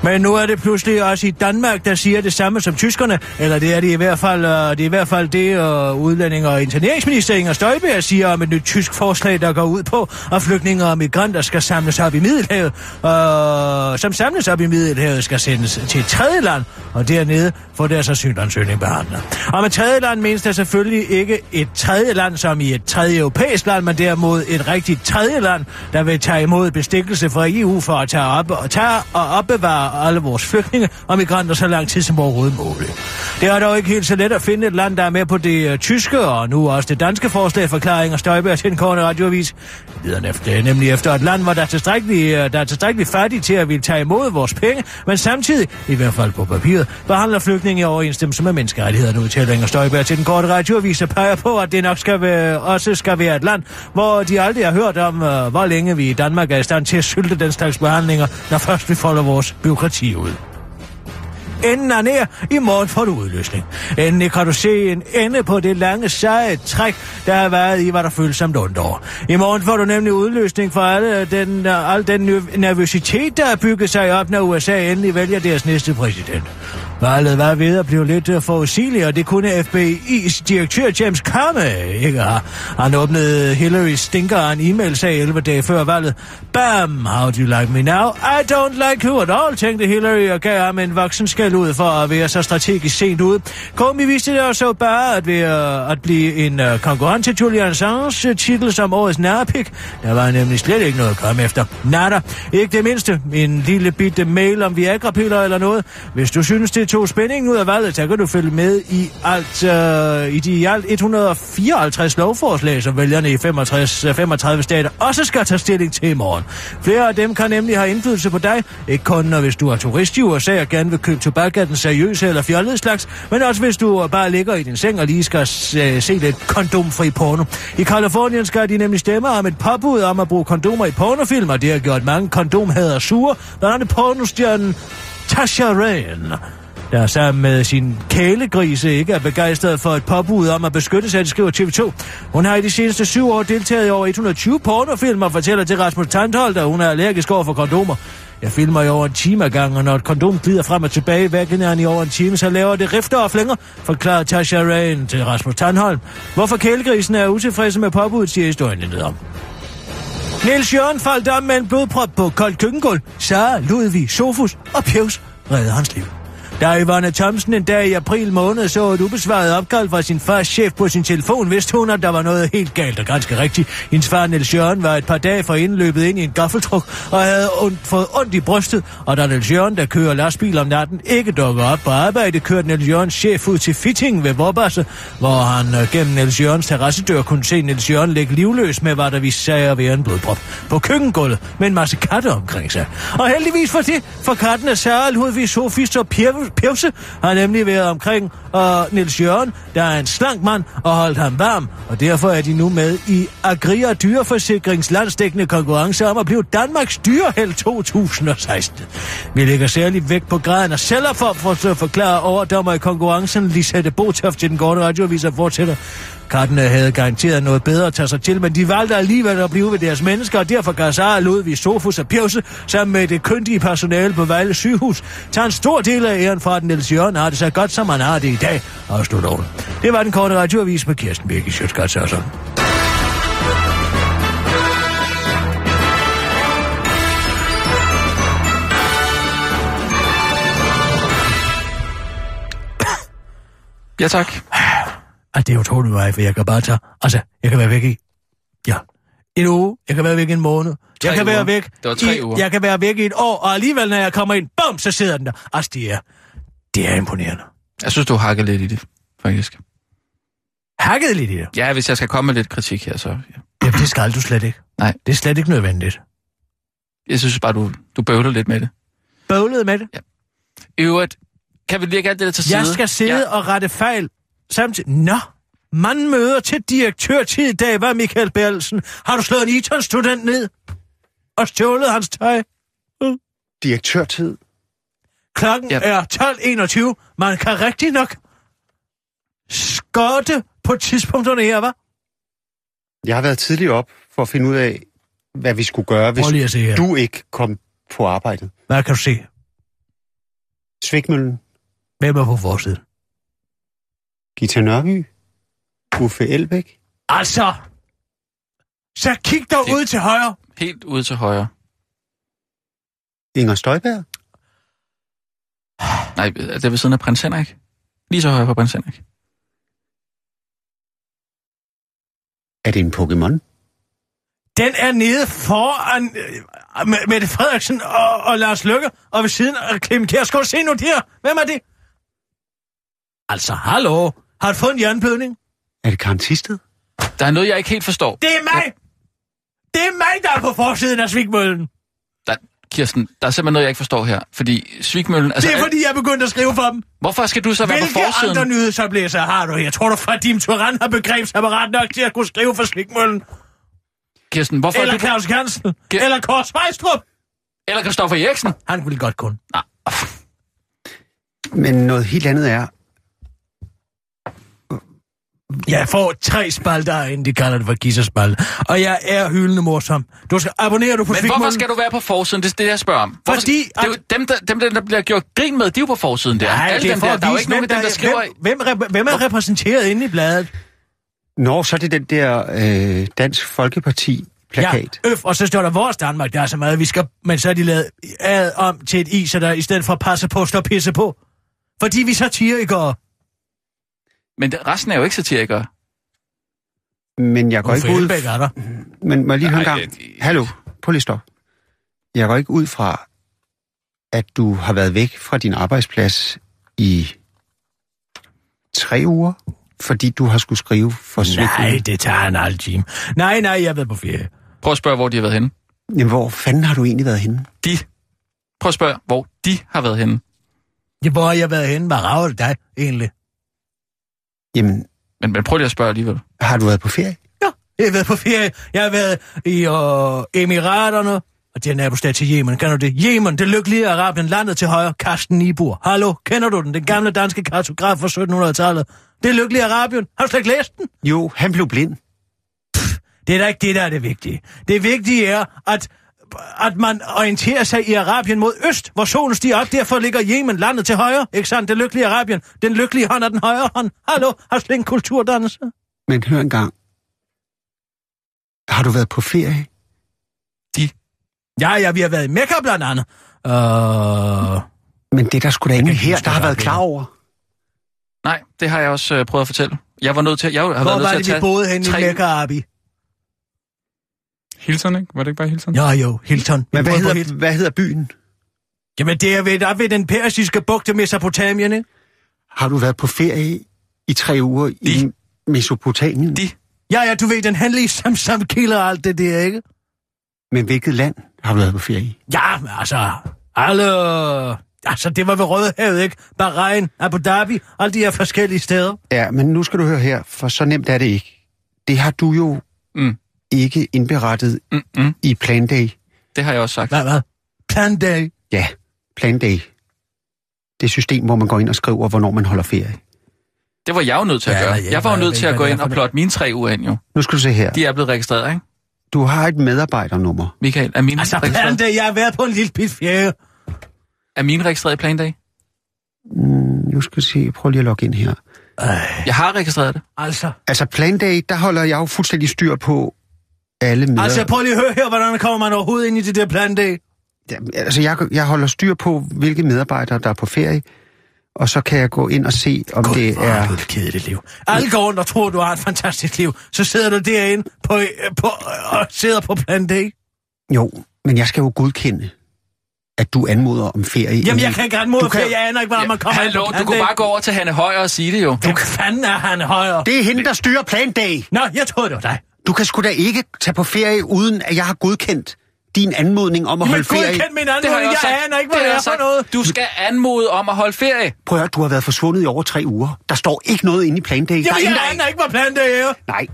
Speaker 4: Men nu er det pludselig også i Danmark, der siger det samme som tyskerne, eller det er det i hvert fald, øh, det, er i hvert fald det øh, udlænding- og interneringsminister Inger Støjberg siger om et nyt tysk forslag, der går ud på, at flygtninge og migranter skal samles op i Middelhavet, øh, som samles op i Middelhavet skal sendes til et tredje land, og dernede får altså deres asylansøgning behandlet. Og med tredje land menes der selvfølgelig ikke et tredje land som i et tredje europæisk land, men derimod et rigtigt tredje land, der vil tage imod bestikkelse fra EU for at tage, op og, tage og opbevare alle vores flygtninge og migranter så lang tid som overhovedet muligt. Det er dog ikke helt så let at finde et land, der er med på det øh, tyske og nu også det danske forslag, forklarer Inger Støjberg til den korte radioavis. Videre efter, nemlig efter et land, hvor der er tilstrækkeligt, øh, der er tilstrækkeligt fattige til at ville tage imod vores penge, men samtidig, i hvert fald på papiret, behandler flygtninge i overensstemmelse med menneskerettighederne, udtaler Inger Støjberg til den korte radioavis og peger på, at det nok skal være, også skal være et land, hvor de aldrig har hørt om, øh, hvor længe vi i Danmark er i stand til at sylte den slags behandlinger, når først vi folder vores byråkrati ud. Enden er nær. I morgen får du udløsning. Endelig kan du se en ende på det lange, seje træk, der har været i, hvad der føles som et ondt år. I morgen får du nemlig udløsning for alle den, al den nerv- nervøsitet, der har bygget sig op, når USA endelig vælger deres næste præsident. Valget var ved at blive lidt øh, forudsigeligt, og det kunne FBI's direktør James Comey ikke have. Han åbnede Hillary Stinker en e-mail-sag 11 dage før valget. Bam, how do you like me now? I don't like you at all, tænkte Hillary og gav ham en voksen skæld ud for at være så strategisk sent ude. Comey viste det også bare at, være, at blive en øh, konkurrent til Julian Assange's øh, titel som årets narpik. Der var nemlig slet ikke noget at komme efter. Nada. Ikke det mindste. En lille bitte mail om Viagra-piller eller noget. Hvis du synes, det tog spændingen ud af valget, så kan du følge med i, alt, øh, i de i alt 154 lovforslag, som vælgerne i 65, øh, 35 stater også skal tage stilling til i morgen. Flere af dem kan nemlig have indflydelse på dig. Ikke kun, når hvis du er turist i USA og gerne vil købe tobak af den seriøse eller fjollede slags, men også hvis du øh, bare ligger i din seng og lige skal se, se lidt kondomfri porno. I Kalifornien skal de nemlig stemme om et påbud om at bruge kondomer i pornofilm, og det har gjort mange kondomhader sure, blandt andet pornostjernen Tasha Rain der sammen med sin kælegrise ikke er begejstret for et påbud om at beskytte sig, det skriver TV2. Hun har i de seneste syv år deltaget i over 120 pornofilm og fortæller til Rasmus Tandholt, at hun er allergisk over for kondomer. Jeg filmer i over en time ad gangen, og når et kondom glider frem og tilbage i vaginaen i over en time, så laver det rifter og flænger, forklarer Tasha Rain til Rasmus Tandholm. Hvorfor kælegrisen er utilfredse med påbuddet, siger historien intet om. Niels Jørgen faldt om med en blodprop på koldt køkkengulv. Sara, Ludvig, Sofus og Pjevs reddede hans liv. Da Yvonne Thomsen en dag i april måned så et ubesvaret opkald fra sin fars chef på sin telefon, vidste hun, at der var noget helt galt og ganske rigtigt. Hendes far Niels Jørgen var et par dage fra indløbet ind i en gaffeltruk og havde ondt, fået ondt i brystet, og da Niels Jørgen, der kører lastbil om natten, ikke dukker op på arbejde, kørte Niels Jørgens chef ud til fitting ved Vorbasse, altså, hvor han øh, gennem Niels Jørgens terrassedør kunne se Niels Jørgen ligge livløs med, hvad der viste sig at være en blodprop på køkkengulvet med en masse katte omkring sig. Og heldigvis for det, for kattene Sarah, Ludvig, Sofis og Pirvel Pjevse har nemlig været omkring, og Nils Jørgen, der er en slank mand, og holdt ham varm, og derfor er de nu med i Agria Dyreforsikrings landsdækkende konkurrence om at blive Danmarks dyreheld 2016. Vi lægger særlig vægt på graden af selverform for at forklare overdommer i konkurrencen. Lisette Botoft til den korte radioavis og fortsætter. Kattene havde garanteret noget bedre at tage sig til, men de valgte alligevel at blive ved deres mennesker, og derfor gav Sara Ludvig Sofus og Pjøse sammen med det køndige personale på Vejle sygehus, tager en stor del af æren fra, at Niels Jørgen har det så godt, som han har det i dag, afslutter hun. Det var den korte radioavis med Kirsten Birgit Sjøtskrets og sådan.
Speaker 5: Ja, tak.
Speaker 4: at Ah, det er utroligt mig, for jeg kan bare tage... Altså, jeg kan være væk i... Ja. En uge, jeg kan være væk en måned.
Speaker 5: Tre
Speaker 4: jeg kan
Speaker 5: uger.
Speaker 4: være væk
Speaker 5: Det var tre
Speaker 4: i,
Speaker 5: uger.
Speaker 4: Jeg kan være væk i et år, og alligevel, når jeg kommer ind, bum, så sidder den der. Altså, det er... Det er imponerende.
Speaker 5: Jeg synes, du hakker lidt i det, faktisk.
Speaker 4: Hakket lidt i det.
Speaker 5: Ja, hvis jeg skal komme med lidt kritik her, så... Ja.
Speaker 4: Jamen, det skal du slet ikke.
Speaker 5: Nej.
Speaker 4: Det er slet ikke nødvendigt.
Speaker 5: Jeg synes bare, du, du bøvler lidt med det.
Speaker 4: Bøvlet med det.
Speaker 5: I øvrigt, kan vi lægge alt det der til side?
Speaker 4: Jeg skal sidde
Speaker 5: Ja,
Speaker 4: ja. og rette fejl samtidig. Nå, man møder til direktørtid i dag, hvad Michael Berlsen? Har du slået en Eton-student ned? Og stjålet hans tøj?
Speaker 7: Direktørtid.
Speaker 4: Klokken
Speaker 5: Ja.
Speaker 4: yep. er 12.21. Man kan rigtig nok skotte på tidspunkterne her, hva'?
Speaker 7: Jeg har været tidligt op for at finde ud af, hvad vi skulle gøre, hvis
Speaker 4: Prøv lige at se her. Du...
Speaker 7: du ikke kom på arbejdet.
Speaker 4: Hvad kan du se?
Speaker 7: Svækmøllen,
Speaker 4: Hvem er på forsiden?
Speaker 7: Gita Nørby, Uffe Elbæk.
Speaker 4: Altså! Så kig dog
Speaker 5: Det-
Speaker 4: ud til højre.
Speaker 5: Helt ude til højre.
Speaker 7: Inger Støjberg?
Speaker 5: Nej, det er ved siden af prins Henrik. Lige så højre for prins Henrik.
Speaker 7: Er det en Pokémon?
Speaker 4: Den er nede foran øh, M- Mette Frederiksen og, og Lars Løkke, og ved siden af Clemen Kjærsgaard. Se nu der. Hvem er det? Altså, hallo. Har du fået en hjerneblødning?
Speaker 7: Er det Karen Tisted?
Speaker 5: Der er noget, jeg ikke helt forstår.
Speaker 4: Det er mig! Det er mig, der er på forsiden af Svigmøllen.
Speaker 5: Der, Kirsten, der er simpelthen noget, jeg ikke forstår her. Fordi Svigmøllen... Altså,
Speaker 4: det er fordi, jeg er begyndt at skrive for dem.
Speaker 5: Hvorfor skal du så være på
Speaker 4: Hvilke
Speaker 5: forsiden?
Speaker 4: andre nyhedsoplæsere har du her? Tror du, Fadim Turan har begrebsapparat nok til at kunne skrive for Slikmøllen?
Speaker 5: Kirsten, hvorfor er
Speaker 4: Eller
Speaker 5: du...
Speaker 4: Claus Hansen?
Speaker 5: Ge-
Speaker 4: Eller Kors Vejstrup?
Speaker 5: Eller Christoffer Eriksen?
Speaker 4: Han ville godt kunne.
Speaker 5: Nej.
Speaker 7: Men noget helt andet er,
Speaker 4: Jeg får tre spalter, inden de kalder det for gisserspalt. Og jeg er hyldende morsom. Du skal abonnere du på
Speaker 5: Men hvorfor skal du være på forsiden? Det er det, jeg spørger om. Hvorfor,
Speaker 4: Fordi
Speaker 5: Det er jo dem, der, dem, der, der bliver gjort grin med, de er jo på forsiden der.
Speaker 4: Nej,
Speaker 5: Alle
Speaker 4: det er
Speaker 5: dem
Speaker 4: for
Speaker 5: der,
Speaker 4: at
Speaker 5: der er jo
Speaker 4: vise,
Speaker 5: ikke nogen af
Speaker 4: hvem,
Speaker 5: dem, der skriver...
Speaker 4: er, hvem, hvem, hvem er repræsenteret inde i bladet?
Speaker 7: Nå, så er det den der øh, Dansk Folkeparti-plakat.
Speaker 4: Ja, øf, og så står der vores Danmark, der er så meget, vi skal... Men så er de lavet ad om til et i, så der i stedet for passe på, står pisse på. Fordi vi satirikere.
Speaker 5: Men det- resten er jo ikke satirikere.
Speaker 7: Men jeg går
Speaker 4: Uffe
Speaker 7: ikke ud...
Speaker 4: Elbæk er der.
Speaker 7: Men må jeg lige høre en
Speaker 5: Nej,
Speaker 7: gang?
Speaker 5: det-
Speaker 7: Hallo, prøv lige at stoppe. Jeg går ikke ud fra, at du har været væk fra din arbejdsplads i tre uger, fordi du har skulle skrive for
Speaker 4: Nej,
Speaker 7: Svigmøllen.
Speaker 4: det tager en halv time. Nej, nej, jeg har været på ferie.
Speaker 5: Prøv at spørge, hvor de har været henne.
Speaker 7: Jamen, hvor fanden har du egentlig været henne?
Speaker 5: De. Prøv at spørge, hvor de har været henne.
Speaker 4: Ja, Hvor har jeg været henne? Hvad rager det dig egentlig?
Speaker 7: Jamen,
Speaker 5: Men, men prøv lige at spørge alligevel.
Speaker 7: har du været på ferie?
Speaker 4: Ja, jeg har været på ferie. Jeg har været i øh, Emiraterne, og det er nabostat til Yemen. Kender du det? Yemen, det lykkelige Arabien, landet til højre, Karsten Nibur. Hallo, kender du den? Den gamle danske kartograf fra 1700-tallet. Det lykkelige Arabien. Har du slet ikke læst den?
Speaker 7: Jo, han blev blind.
Speaker 4: Det er da ikke det, der er det vigtige. Det vigtige er, at at man orienterer sig i Arabien mod øst, hvor solen stiger op. Derfor ligger Yemen landet til højre. Ikke sandt? Det lykkelige Arabien. Den lykkelige hånd er den højre hånd. Hallo, har slet en kulturdannelse?
Speaker 7: Men hør en gang. Har du været på ferie?
Speaker 4: Ja, ja, vi har været i Mekka blandt andet. Øh...
Speaker 7: Men det er der skulle da ingen
Speaker 4: kan ikke
Speaker 7: her,
Speaker 4: huske,
Speaker 7: der har
Speaker 4: hvad der
Speaker 7: været
Speaker 4: er
Speaker 7: klar over.
Speaker 5: Nej, det har jeg også øh, prøvet at fortælle. Jeg var nødt til, jeg har været
Speaker 4: Hvor
Speaker 5: nødt
Speaker 4: var
Speaker 5: til at
Speaker 4: det, vi
Speaker 5: tage...
Speaker 4: boede henne
Speaker 5: tre-
Speaker 4: i Mekka, Abi?
Speaker 6: Hilton, ikke? Var det ikke bare Hilton?
Speaker 4: Jo, jo, Hilton. Vi
Speaker 7: Men hvad
Speaker 4: boede på
Speaker 7: hedder,
Speaker 4: Hilton.
Speaker 7: hvad hedder byen?
Speaker 4: Jamen, det er ved, op ved den persiske bugt i Mesopotamien, ikke?
Speaker 7: Har du været på ferie i tre uger i
Speaker 5: De-
Speaker 7: Mesopotamien?
Speaker 5: De-
Speaker 4: Ja, ja, du ved, den handlige sam sam kilder og alt det der, ikke?
Speaker 7: Men hvilket land har du været på ferie i?
Speaker 4: Ja, men altså, alle... Altså, det var ved Rødehavet, ikke? Bahrain, Abu Dhabi, alle de her forskellige steder.
Speaker 7: Ja, men nu skal du høre her, for så nemt er det ikke. Det har du jo
Speaker 5: Mm.
Speaker 7: ikke indberettet
Speaker 5: Mm-mm.
Speaker 7: i Plan Day.
Speaker 5: Det har jeg også sagt.
Speaker 4: Hvad, hvad? Plan day.
Speaker 7: Ja, Plan Day. Det system, hvor man går ind og skriver, hvornår man holder ferie.
Speaker 5: Det var jeg jo nødt til at
Speaker 4: Ja,
Speaker 5: gøre.
Speaker 4: nej, ja,
Speaker 5: Jeg var jo
Speaker 4: nej, jeg
Speaker 5: nødt
Speaker 4: ved
Speaker 5: til at
Speaker 4: ikke,
Speaker 5: gå
Speaker 4: hvad
Speaker 5: ind
Speaker 4: det er
Speaker 5: og
Speaker 4: for
Speaker 5: plotte mine tre uger ind, jo.
Speaker 7: Nu skal du se her.
Speaker 5: De er blevet registreret, ikke?
Speaker 7: Du har et medarbejdernummer.
Speaker 5: Michael, er mine,
Speaker 4: Altså,
Speaker 5: altså,
Speaker 4: plan
Speaker 5: registreret,
Speaker 4: day, jeg har været på en lille pit fjerde.
Speaker 5: er mine registreret i plandag?
Speaker 7: Mm, nu skal jeg se. Prøv lige at logge ind her.
Speaker 5: Jeg har registreret det.
Speaker 4: Altså,
Speaker 7: Altså, Plan Day, der holder jeg jo fuldstændig styr på alle med.
Speaker 4: altså, prøv lige at høre her, hvordan kommer man overhovedet ind i det der plan day?
Speaker 7: altså jeg, jeg holder styr på, hvilke medarbejdere, der er på ferie. Og så kan jeg gå ind og se, om God, det
Speaker 4: hvor har
Speaker 7: er...
Speaker 4: Du et kedeligt liv. Alle går rundt og tror, du har et fantastisk liv. Så sidder du derinde på, øh, på, og sidder på plan day.
Speaker 7: Jo, men jeg skal jo godkende, at du anmoder om ferie.
Speaker 4: Jamen,
Speaker 7: inden-
Speaker 4: jeg kan ikke anmode,
Speaker 7: Du
Speaker 4: for
Speaker 7: kan-
Speaker 4: jeg aner ikke, hvordan man kommer
Speaker 5: Hallo, du kunne bare gå over til Hanne Højer og sige det jo.
Speaker 4: Du fanden er han højere?
Speaker 7: Det er hende, der styrer Plan Day.
Speaker 4: Nå, jeg troede, det var dig.
Speaker 7: Du kan sgu da ikke tage på ferie, uden at jeg har godkendt din anmodning om at
Speaker 4: Men
Speaker 7: holde
Speaker 4: Gud,
Speaker 7: ferie.
Speaker 4: kend min anden, jeg, jeg aner ikke, hvad det
Speaker 5: har
Speaker 4: er
Speaker 5: jeg
Speaker 4: for
Speaker 5: sagt.
Speaker 4: noget.
Speaker 5: Du skal anmode om at holde ferie.
Speaker 7: Prøv at høre, du har været forsvundet i over tre uger. Der står ikke noget inde i Plan Day. der er
Speaker 4: Jamen,
Speaker 7: ingen,
Speaker 4: jeg
Speaker 7: der-
Speaker 4: aner ikke, hvad plan det er.
Speaker 7: Nej,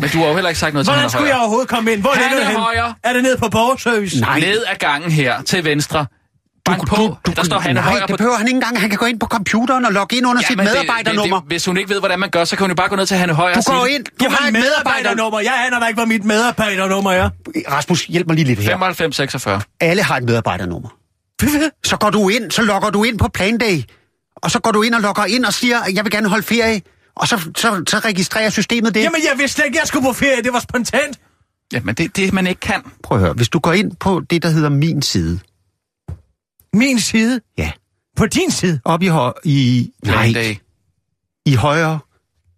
Speaker 5: Men du har jo heller ikke sagt noget til
Speaker 4: Hvordan
Speaker 5: Hanne
Speaker 4: skulle jeg
Speaker 5: Højer.
Speaker 4: overhovedet komme ind? Hvor
Speaker 5: Han
Speaker 4: ligger det
Speaker 5: er højere.
Speaker 4: henne? Er det nede på borgerservice?
Speaker 7: Nej.
Speaker 5: Ned ad gangen her til venstre. Bank på. der står Hanne
Speaker 7: nej,
Speaker 5: Højer på
Speaker 7: det behøver han ikke engang. Han kan gå ind på computeren og logge ind under ja, sit
Speaker 5: men det-
Speaker 7: medarbejdernummer.
Speaker 5: Det, det, hvis hun ikke ved, hvordan man gør, så kan hun jo bare gå ned til Hanne Højer
Speaker 7: du
Speaker 5: og sige...
Speaker 7: går ind, du
Speaker 4: Jamen,
Speaker 7: har et medarbejdernummer.
Speaker 4: medarbejdernummer. Jeg aner da ikke, hvad mit medarbejdernummer
Speaker 7: [laughs]
Speaker 4: er.
Speaker 7: Rasmus, hjælp mig lige lidt her.
Speaker 5: 95 46.
Speaker 7: Alle har et medarbejdernummer. Så går du ind, så logger du ind på Plan Day. Og så går du ind og logger ind og siger, at jeg vil gerne holde ferie. Og så, så, så registrerer systemet det.
Speaker 4: Jamen, jeg vidste slet ikke, jeg skulle på ferie. Det var spontant.
Speaker 5: Jamen, det er det, man ikke kan.
Speaker 7: Prøv at høre, hvis du går ind på det, der hedder min side.
Speaker 4: Min side.
Speaker 7: Ja.
Speaker 4: På din side.
Speaker 7: Op i, høj, i, nej,
Speaker 5: Plan day.
Speaker 7: i højre,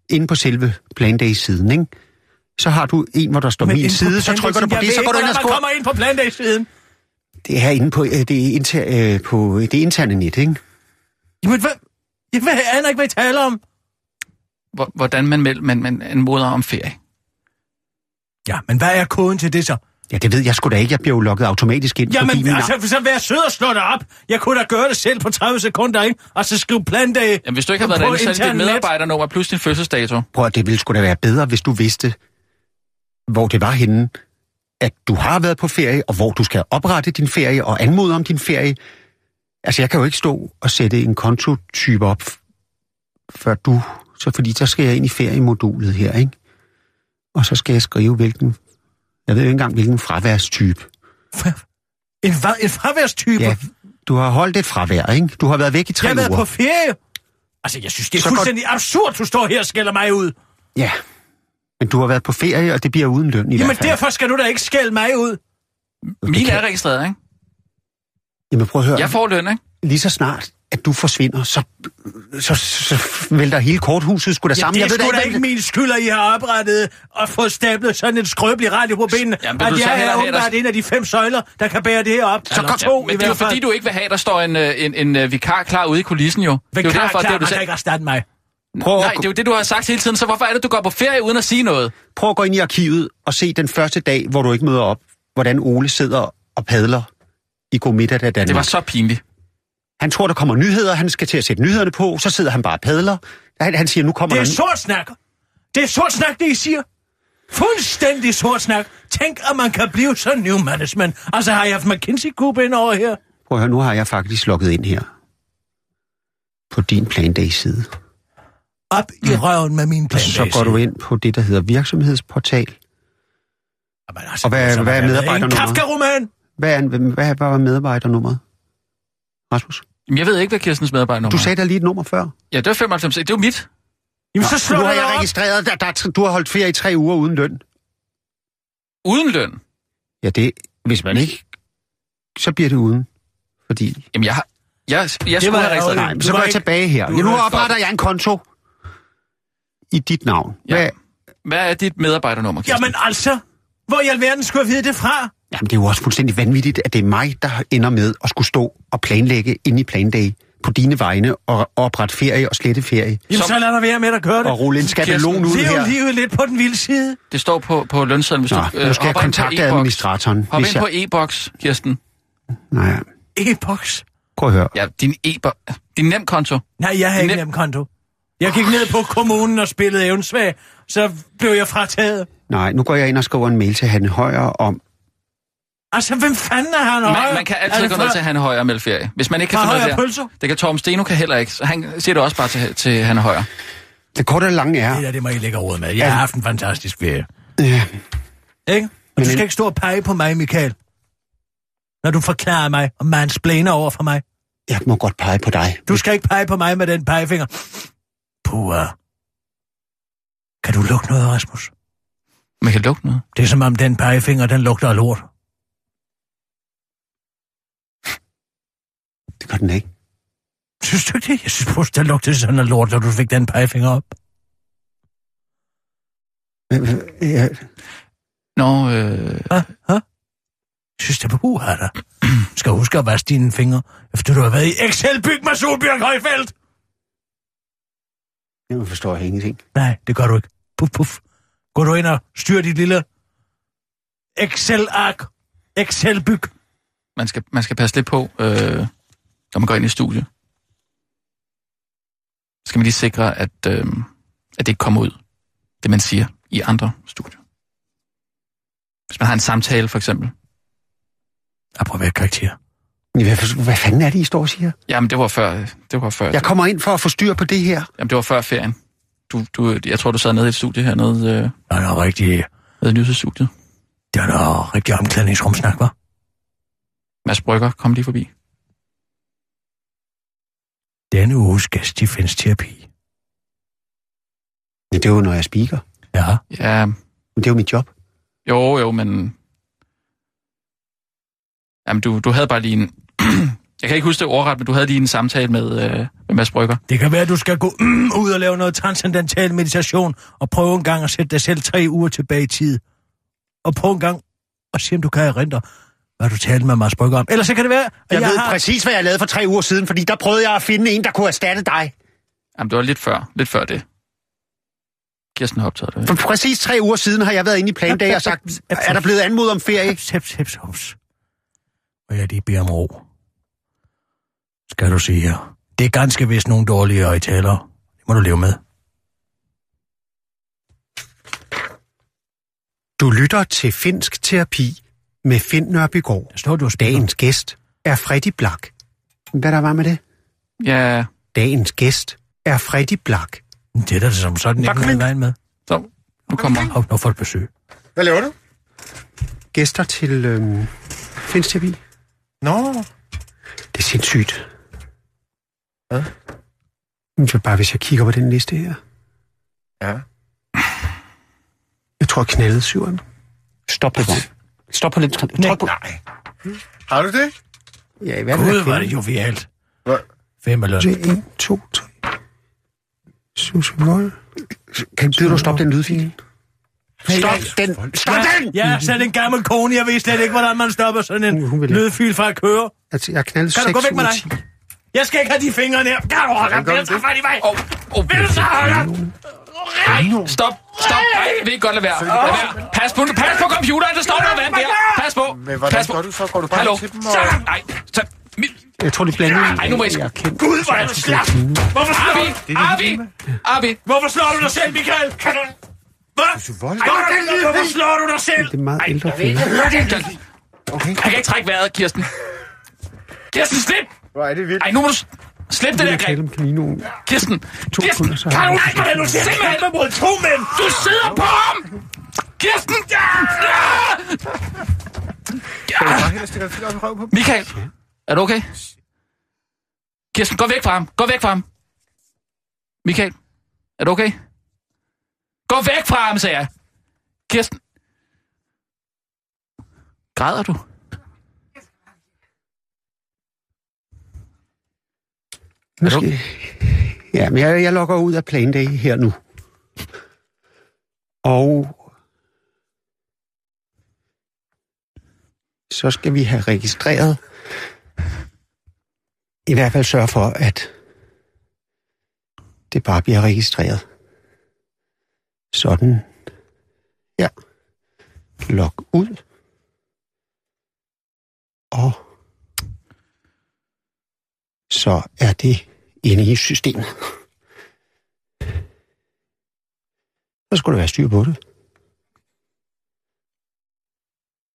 Speaker 7: inde på selve Plan Day-siden, ikke? Så har du en, hvor der står min
Speaker 4: inde på
Speaker 7: side, så trykker du på
Speaker 4: planlægning,
Speaker 7: det, så går
Speaker 4: ligesom jeg
Speaker 7: du
Speaker 4: ved
Speaker 7: ind og
Speaker 4: ikke, hvordan
Speaker 7: skriver.
Speaker 4: man kommer ind på planlægningssiden.
Speaker 7: Det er herinde på, øh, det, inter, øh, på det interne net, ikke?
Speaker 4: Jamen, hvad? Jeg ved- jeg aner ikke, hvad I taler om.
Speaker 5: Hvor- Hvordan man, meld, man, man anmoder om ferie.
Speaker 4: Ja, men hvad er koden til det så?
Speaker 7: Ja, det ved jeg sgu da ikke. Jeg bliver jo lukket automatisk ind, Jamen, fordi
Speaker 4: Jamen,
Speaker 7: min
Speaker 4: altså, så vær sød og slå dig op. Jeg kunne da gøre det selv på 30 sekunder, ikke? Og så skrive plandag.
Speaker 5: Jamen, hvis du ikke har været
Speaker 4: På
Speaker 5: derinde, så er det dit
Speaker 4: internet.
Speaker 5: medarbejdernummer plus din fødselsdato.
Speaker 7: Prøv at det ville sgu da være bedre, hvis du vidste, hvor det var henne, at du har været på ferie, og hvor du skal oprette din ferie og anmode om din ferie. Altså, jeg kan jo ikke stå og sætte en kontotype op, f- før du... Så fordi så skal jeg ind i feriemodulet her, ikke? Og så skal jeg skrive, hvilken... Jeg ved jo ikke engang, hvilken fraværstype.
Speaker 4: En, hva- en fraværstype.
Speaker 7: Ja, du har holdt et fravær, ikke? Du har været væk i tre
Speaker 4: jeg har været
Speaker 7: uger.
Speaker 4: på ferie. Altså, jeg synes, det er
Speaker 7: Så
Speaker 4: så
Speaker 7: godt-
Speaker 4: fuldstændig godt... absurd, du står her og skælder mig ud.
Speaker 7: Ja, men du har været på ferie, og det bliver uden løn i
Speaker 4: Jamen,
Speaker 7: hvert fald.
Speaker 4: derfor skal du da ikke skælde mig ud.
Speaker 5: Mil er registreret, ikke?
Speaker 7: Jamen, prøv at høre.
Speaker 5: Jeg får løn, ikke?
Speaker 7: lige så snart, at du forsvinder, så, så, så vælter hele korthuset sgu da sammen.
Speaker 4: det er
Speaker 7: da
Speaker 4: sgu da
Speaker 7: hvad-
Speaker 4: ikke min skyld, at I har oprettet og fået stablet sådan en skrøbelig radio på benene,
Speaker 5: Jamen, vil
Speaker 4: at
Speaker 5: du så
Speaker 4: jeg
Speaker 5: hellere
Speaker 4: er
Speaker 5: have, der-
Speaker 4: åbenbart en af de fem søjler, der kan bære det her op. Så
Speaker 5: Eller- Ja, men det er jo fordi, du ikke vil have, at der står en, øh, en, en, øh, vikar klar ude i kulissen, jo.
Speaker 4: Hvad
Speaker 5: det er
Speaker 4: kan,
Speaker 5: jo derfor, det er
Speaker 4: klar,
Speaker 5: jo du
Speaker 4: man kan
Speaker 5: selv.
Speaker 4: ikke erstatte mig.
Speaker 7: Prøv,
Speaker 5: Nej,
Speaker 7: at,
Speaker 5: det er jo det, du har sagt hele tiden, så hvorfor er det, du går på ferie uden at sige noget?
Speaker 7: prøv at gå ind i arkivet og se den første dag, hvor du ikke møder op, hvordan Ole sidder og padler i god middag af Danmark.
Speaker 5: Det var så pinligt.
Speaker 7: Han tror, der kommer nyheder, han skal til at sætte nyhederne på, så sidder han bare og padler. Han, han siger, nu kommer
Speaker 4: Det er
Speaker 7: der...
Speaker 4: sort snak. Det er sort snak, det I siger. Fuldstændig sort snak. Tænk, at man kan blive så new management. Altså, har jeg haft McKinsey-gruppe ind over her?
Speaker 7: Prøv at høre, nu har jeg faktisk logget ind her. På din Plan Day side.
Speaker 4: Op i røven med min plan.
Speaker 7: Altså, Så går du ind på det, der hedder virksomhedsportal.
Speaker 4: Jamen, altså,
Speaker 7: Og hvad-
Speaker 4: så
Speaker 7: hvad er
Speaker 4: jeg været i En
Speaker 7: medarbejdernummer?
Speaker 4: Kafka-roman!
Speaker 7: Hvad, er, en- hvad, hvad var medarbejdernummeret? Rasmus?
Speaker 5: Jamen, jeg ved ikke, hvad Kirstens medarbejdernummer
Speaker 7: Du
Speaker 5: er.
Speaker 7: sagde der lige et nummer før.
Speaker 5: Ja, det var 95. Det er jo mit.
Speaker 4: Jamen, så slår
Speaker 7: Nu har
Speaker 4: jeg
Speaker 7: jeg
Speaker 4: op.
Speaker 7: registreret, der, der, er- du har holdt ferie i tre uger uden løn.
Speaker 5: Uden løn.
Speaker 7: Ja, det, hvis man ikke, så bliver det uden. Fordi,
Speaker 5: Jamen, jeg har... Jeg, jeg, jeg skulle
Speaker 4: var
Speaker 5: have registreret.
Speaker 4: ærgerligt.
Speaker 7: nej, men så
Speaker 4: var
Speaker 7: går jeg
Speaker 4: ikke-
Speaker 7: tilbage her.
Speaker 4: du
Speaker 7: Ja, nu
Speaker 4: var ikke-
Speaker 7: opretter jeg en konto i dit navn.
Speaker 5: Ja.
Speaker 7: Hvad, ja.
Speaker 5: Hvad er dit medarbejdernummer, Kirsten?
Speaker 4: Jamen altså, hvor i alverden skulle jeg vide det fra?
Speaker 7: Jamen, det er jo også fuldstændig vanvittigt, at det er mig, der ender med at skulle stå og planlægge inde i Plandag på dine vegne og oprette ferie og slette ferie
Speaker 4: Jamen,
Speaker 5: Som-
Speaker 4: så lad dig være med at gøre det. Altså,
Speaker 7: og rulle en skabelon ud
Speaker 4: Lev
Speaker 7: her.
Speaker 4: livet lidt på den vilde side.
Speaker 5: Det står på, på lønsedlen, hvis du...
Speaker 7: Nå, nu skal jeg
Speaker 5: hopper ind på
Speaker 7: kontakte
Speaker 5: e-boks.
Speaker 7: administratoren.
Speaker 5: Hop
Speaker 7: hvis
Speaker 5: ind på
Speaker 7: jeg-
Speaker 5: e-boks, Kirsten.
Speaker 7: Nej,
Speaker 4: E-boks.
Speaker 7: Prøv at høre.
Speaker 5: Ja, din Eber. Din nemkonto.
Speaker 4: Nej, jeg havde ikke
Speaker 5: Nem-
Speaker 4: nem konto. Jeg gik ned på kommunen og spillede evnsvag, så blev jeg frataget.
Speaker 7: Nej, nu går jeg ind og skriver en mail til Hanne Højer om...
Speaker 4: Altså, hvem fanden er han?
Speaker 5: Man, man kan altid gå ned til Hanne Højer og melde ferie. Hvis man ikke kan
Speaker 4: Fra
Speaker 5: finde noget
Speaker 4: Højer
Speaker 5: der.
Speaker 4: Pølser?
Speaker 5: Det kan Torben Steno kan heller ikke. Så han siger det også bare til, til Hanne Højer.
Speaker 7: Det korte og lange er... Øh,
Speaker 4: Det der, det må I lægge råd med. Jeg har haft en fantastisk ferie.
Speaker 7: Ja.
Speaker 4: Ikke? Og
Speaker 7: Men
Speaker 4: du
Speaker 7: en-
Speaker 4: skal ikke stå og pege på mig, Michael. Når du forklarer mig, og man splæner over for mig.
Speaker 7: Jeg må godt pege på dig.
Speaker 4: Du skal ikke pege på mig med den pegefinger. Pua. Kan du lugte noget, Rasmus?
Speaker 5: Man kan lugte noget.
Speaker 4: Det er som om den pegefinger, den lugter af lort.
Speaker 7: Det gør den ikke.
Speaker 4: Synes du ikke det? Jeg synes pludselig, der lugtede sådan af lort, da du fik den pegefinger op.
Speaker 7: Men, øh, ja,
Speaker 5: Nå, øh,
Speaker 4: Hva? Hva? Jeg synes, det er på har dig. [clears throat] skal huske at vaske dine fingre, efter du har været i Excel Byg med Solbjørn Højfeldt.
Speaker 7: Jeg forstår ingenting.
Speaker 4: Nej, det gør du ikke. Puff, puff. Går du ind og styrer dit lille Excel-ark? Excel-byg?
Speaker 5: man, skal, man skal passe lidt på, øh, når man går ind i studiet. Så Skal man lige sikre, at, øh, at det ikke kommer ud, det man siger i andre studier. Hvis man har en samtale, for eksempel.
Speaker 4: Jeg prøver at være karakter.
Speaker 7: Men Hvad, for- hvad fanden er det, I står og siger?
Speaker 5: Jamen, det var før, øh, det var før,
Speaker 7: Jeg kommer ind for at få styr på det her.
Speaker 5: jamen, det var før ferien. Du, du, jeg tror, du sad nede i et studie hernede, øh,
Speaker 4: Der er noget rigtig,
Speaker 5: nede i nyhedsstudiet.
Speaker 4: der er noget rigtig omklædningsrumsnak, hva'?
Speaker 5: Mads Brygger, kom lige forbi.
Speaker 4: Denne uges gæst i Fins Terapi.
Speaker 7: Men det er jo, når jeg speaker.
Speaker 4: Ja,
Speaker 5: Ja,
Speaker 7: Men det er jo mit job.
Speaker 5: Jo, jo, men... Jamen, du, du havde bare lige en... [clears throat] jeg kan ikke huske det ordret, men du havde lige en samtale med, øh, med Mads Brygger.
Speaker 4: det kan være, at du skal gå mm, ud og lave noget transcendental meditation, og prøve en gang at sætte dig selv tre uger tilbage i tid. Og prøve en gang at se, om du kan erindre, hvad du talte med Mads Brygger om. Ellers så kan det være, at jeg,
Speaker 7: Jeg, jeg ved
Speaker 4: har...
Speaker 7: præcis, hvad jeg lavede for tre uger siden, fordi der prøvede jeg at finde en, der kunne erstatte dig.
Speaker 5: Jamen, det var lidt før, lidt før det. Kirsten har optaget det.
Speaker 7: For præcis tre uger siden har jeg været inde i plandag og sagt, er der blevet anmodet om ferie?
Speaker 4: Heps, heps, heps, heps. Og jeg lige beder om ro. Skal du sige her. Det er ganske vist nogle dårlige højtalere. Det må du leve med.
Speaker 3: Du lytter til Finsk Terapi med Finn Nørbygård.
Speaker 4: Der står du og spiller.
Speaker 3: Dagens gæst er Freddy Blak.
Speaker 7: Hvad der var med det?
Speaker 5: Ja,
Speaker 3: Dagens gæst er Freddy Blak.
Speaker 4: Det er der som sådan ikke noget i vejen med.
Speaker 5: så nu kommer...
Speaker 4: Hov, nu får et besøg.
Speaker 8: Hvad laver du?
Speaker 3: Gæster til øhm, Finsk Terapi.
Speaker 8: Nå,
Speaker 3: Det er sindssygt. Hvad? Jeg bare, hvis jeg kigger på den liste her.
Speaker 8: Ja.
Speaker 3: Jeg tror, jeg knaldede syveren.
Speaker 7: Stop på den. Stop på den. Tryk på.
Speaker 8: har du det?
Speaker 7: Ja, hvad er
Speaker 4: Gud,
Speaker 7: det,
Speaker 4: var
Speaker 7: der
Speaker 4: det
Speaker 7: det?
Speaker 4: jovialt.
Speaker 8: Hvad?
Speaker 4: Fem eller
Speaker 3: Det er 1, 2, 3, 7, 7, 0.
Speaker 7: Kan gider du stoppe den lydfil? Stop den! Stop den!
Speaker 4: Ja, så er det en gammel kone. Jeg ved slet ikke, hvordan man stopper sådan
Speaker 3: Hun- hun
Speaker 4: en
Speaker 3: vil ikke.
Speaker 4: lydfil fra at køre.
Speaker 3: Altså, jeg knaldede
Speaker 4: Kan
Speaker 3: 6
Speaker 4: du gå væk med
Speaker 3: ud af
Speaker 4: dig? Jeg skal ikke have de fingre ned. Kan du holde op? Jeg tager fat i vej.
Speaker 5: Åh, oh,
Speaker 4: Vil du så holde op?
Speaker 5: stop, stop. Nej, vi kan godt lade være. Lad være. Pas, på, pas på computeren, der står noget vand der. Pas på.
Speaker 8: Men hvordan
Speaker 5: pas på.
Speaker 8: gør du så? Går du bare
Speaker 5: Hallo.
Speaker 8: hen til dem
Speaker 5: Så,
Speaker 8: og...
Speaker 5: nej, så, mit,
Speaker 3: ti. Jeg tror, det blander.
Speaker 5: Ej, nu må jeg sgu-
Speaker 3: Jeg kendte.
Speaker 4: Gud, hvor er du slap. Hvorfor slår
Speaker 5: Arvi,
Speaker 4: du?
Speaker 5: Arvi, Arvi.
Speaker 4: Hvorfor slår du dig selv, Michael? Kan du... Hvad? Hvorfor slår du dig selv?
Speaker 3: Det er meget ældre film.
Speaker 5: Okay. Jeg kan ikke trække vejret, Kirsten. Kirsten, slip!
Speaker 8: Hvor er det vildt.
Speaker 5: Ej, nu må du s- slip det der
Speaker 3: Jeg
Speaker 5: greb.
Speaker 3: talte om kaninoen.
Speaker 5: Kirsten, Kirsten,
Speaker 3: kunder, så
Speaker 5: kan
Speaker 3: har
Speaker 5: du
Speaker 3: jeg-
Speaker 5: ikke det? Du simpelthen,
Speaker 4: Kæmpe mod to mænd.
Speaker 5: du sidder på ham! Kirsten! Ja! Ja!
Speaker 8: Går du bare hen og stikker en finger op i røven på dem?
Speaker 5: Michael, er du okay? Kirsten, gå væk fra ham. Gå væk fra ham. Michael, er du okay? Gå væk fra ham, sagde jeg. Kirsten. Græder du?
Speaker 7: Måske. Ja, men jeg, jeg logger ud af Plan Day her nu. Og så skal vi have registreret, i hvert fald sørge for, at det bare bliver registreret. Sådan. Ja. Log ud. Og
Speaker 3: så er det inde i systemet. Så skulle der være styr på det.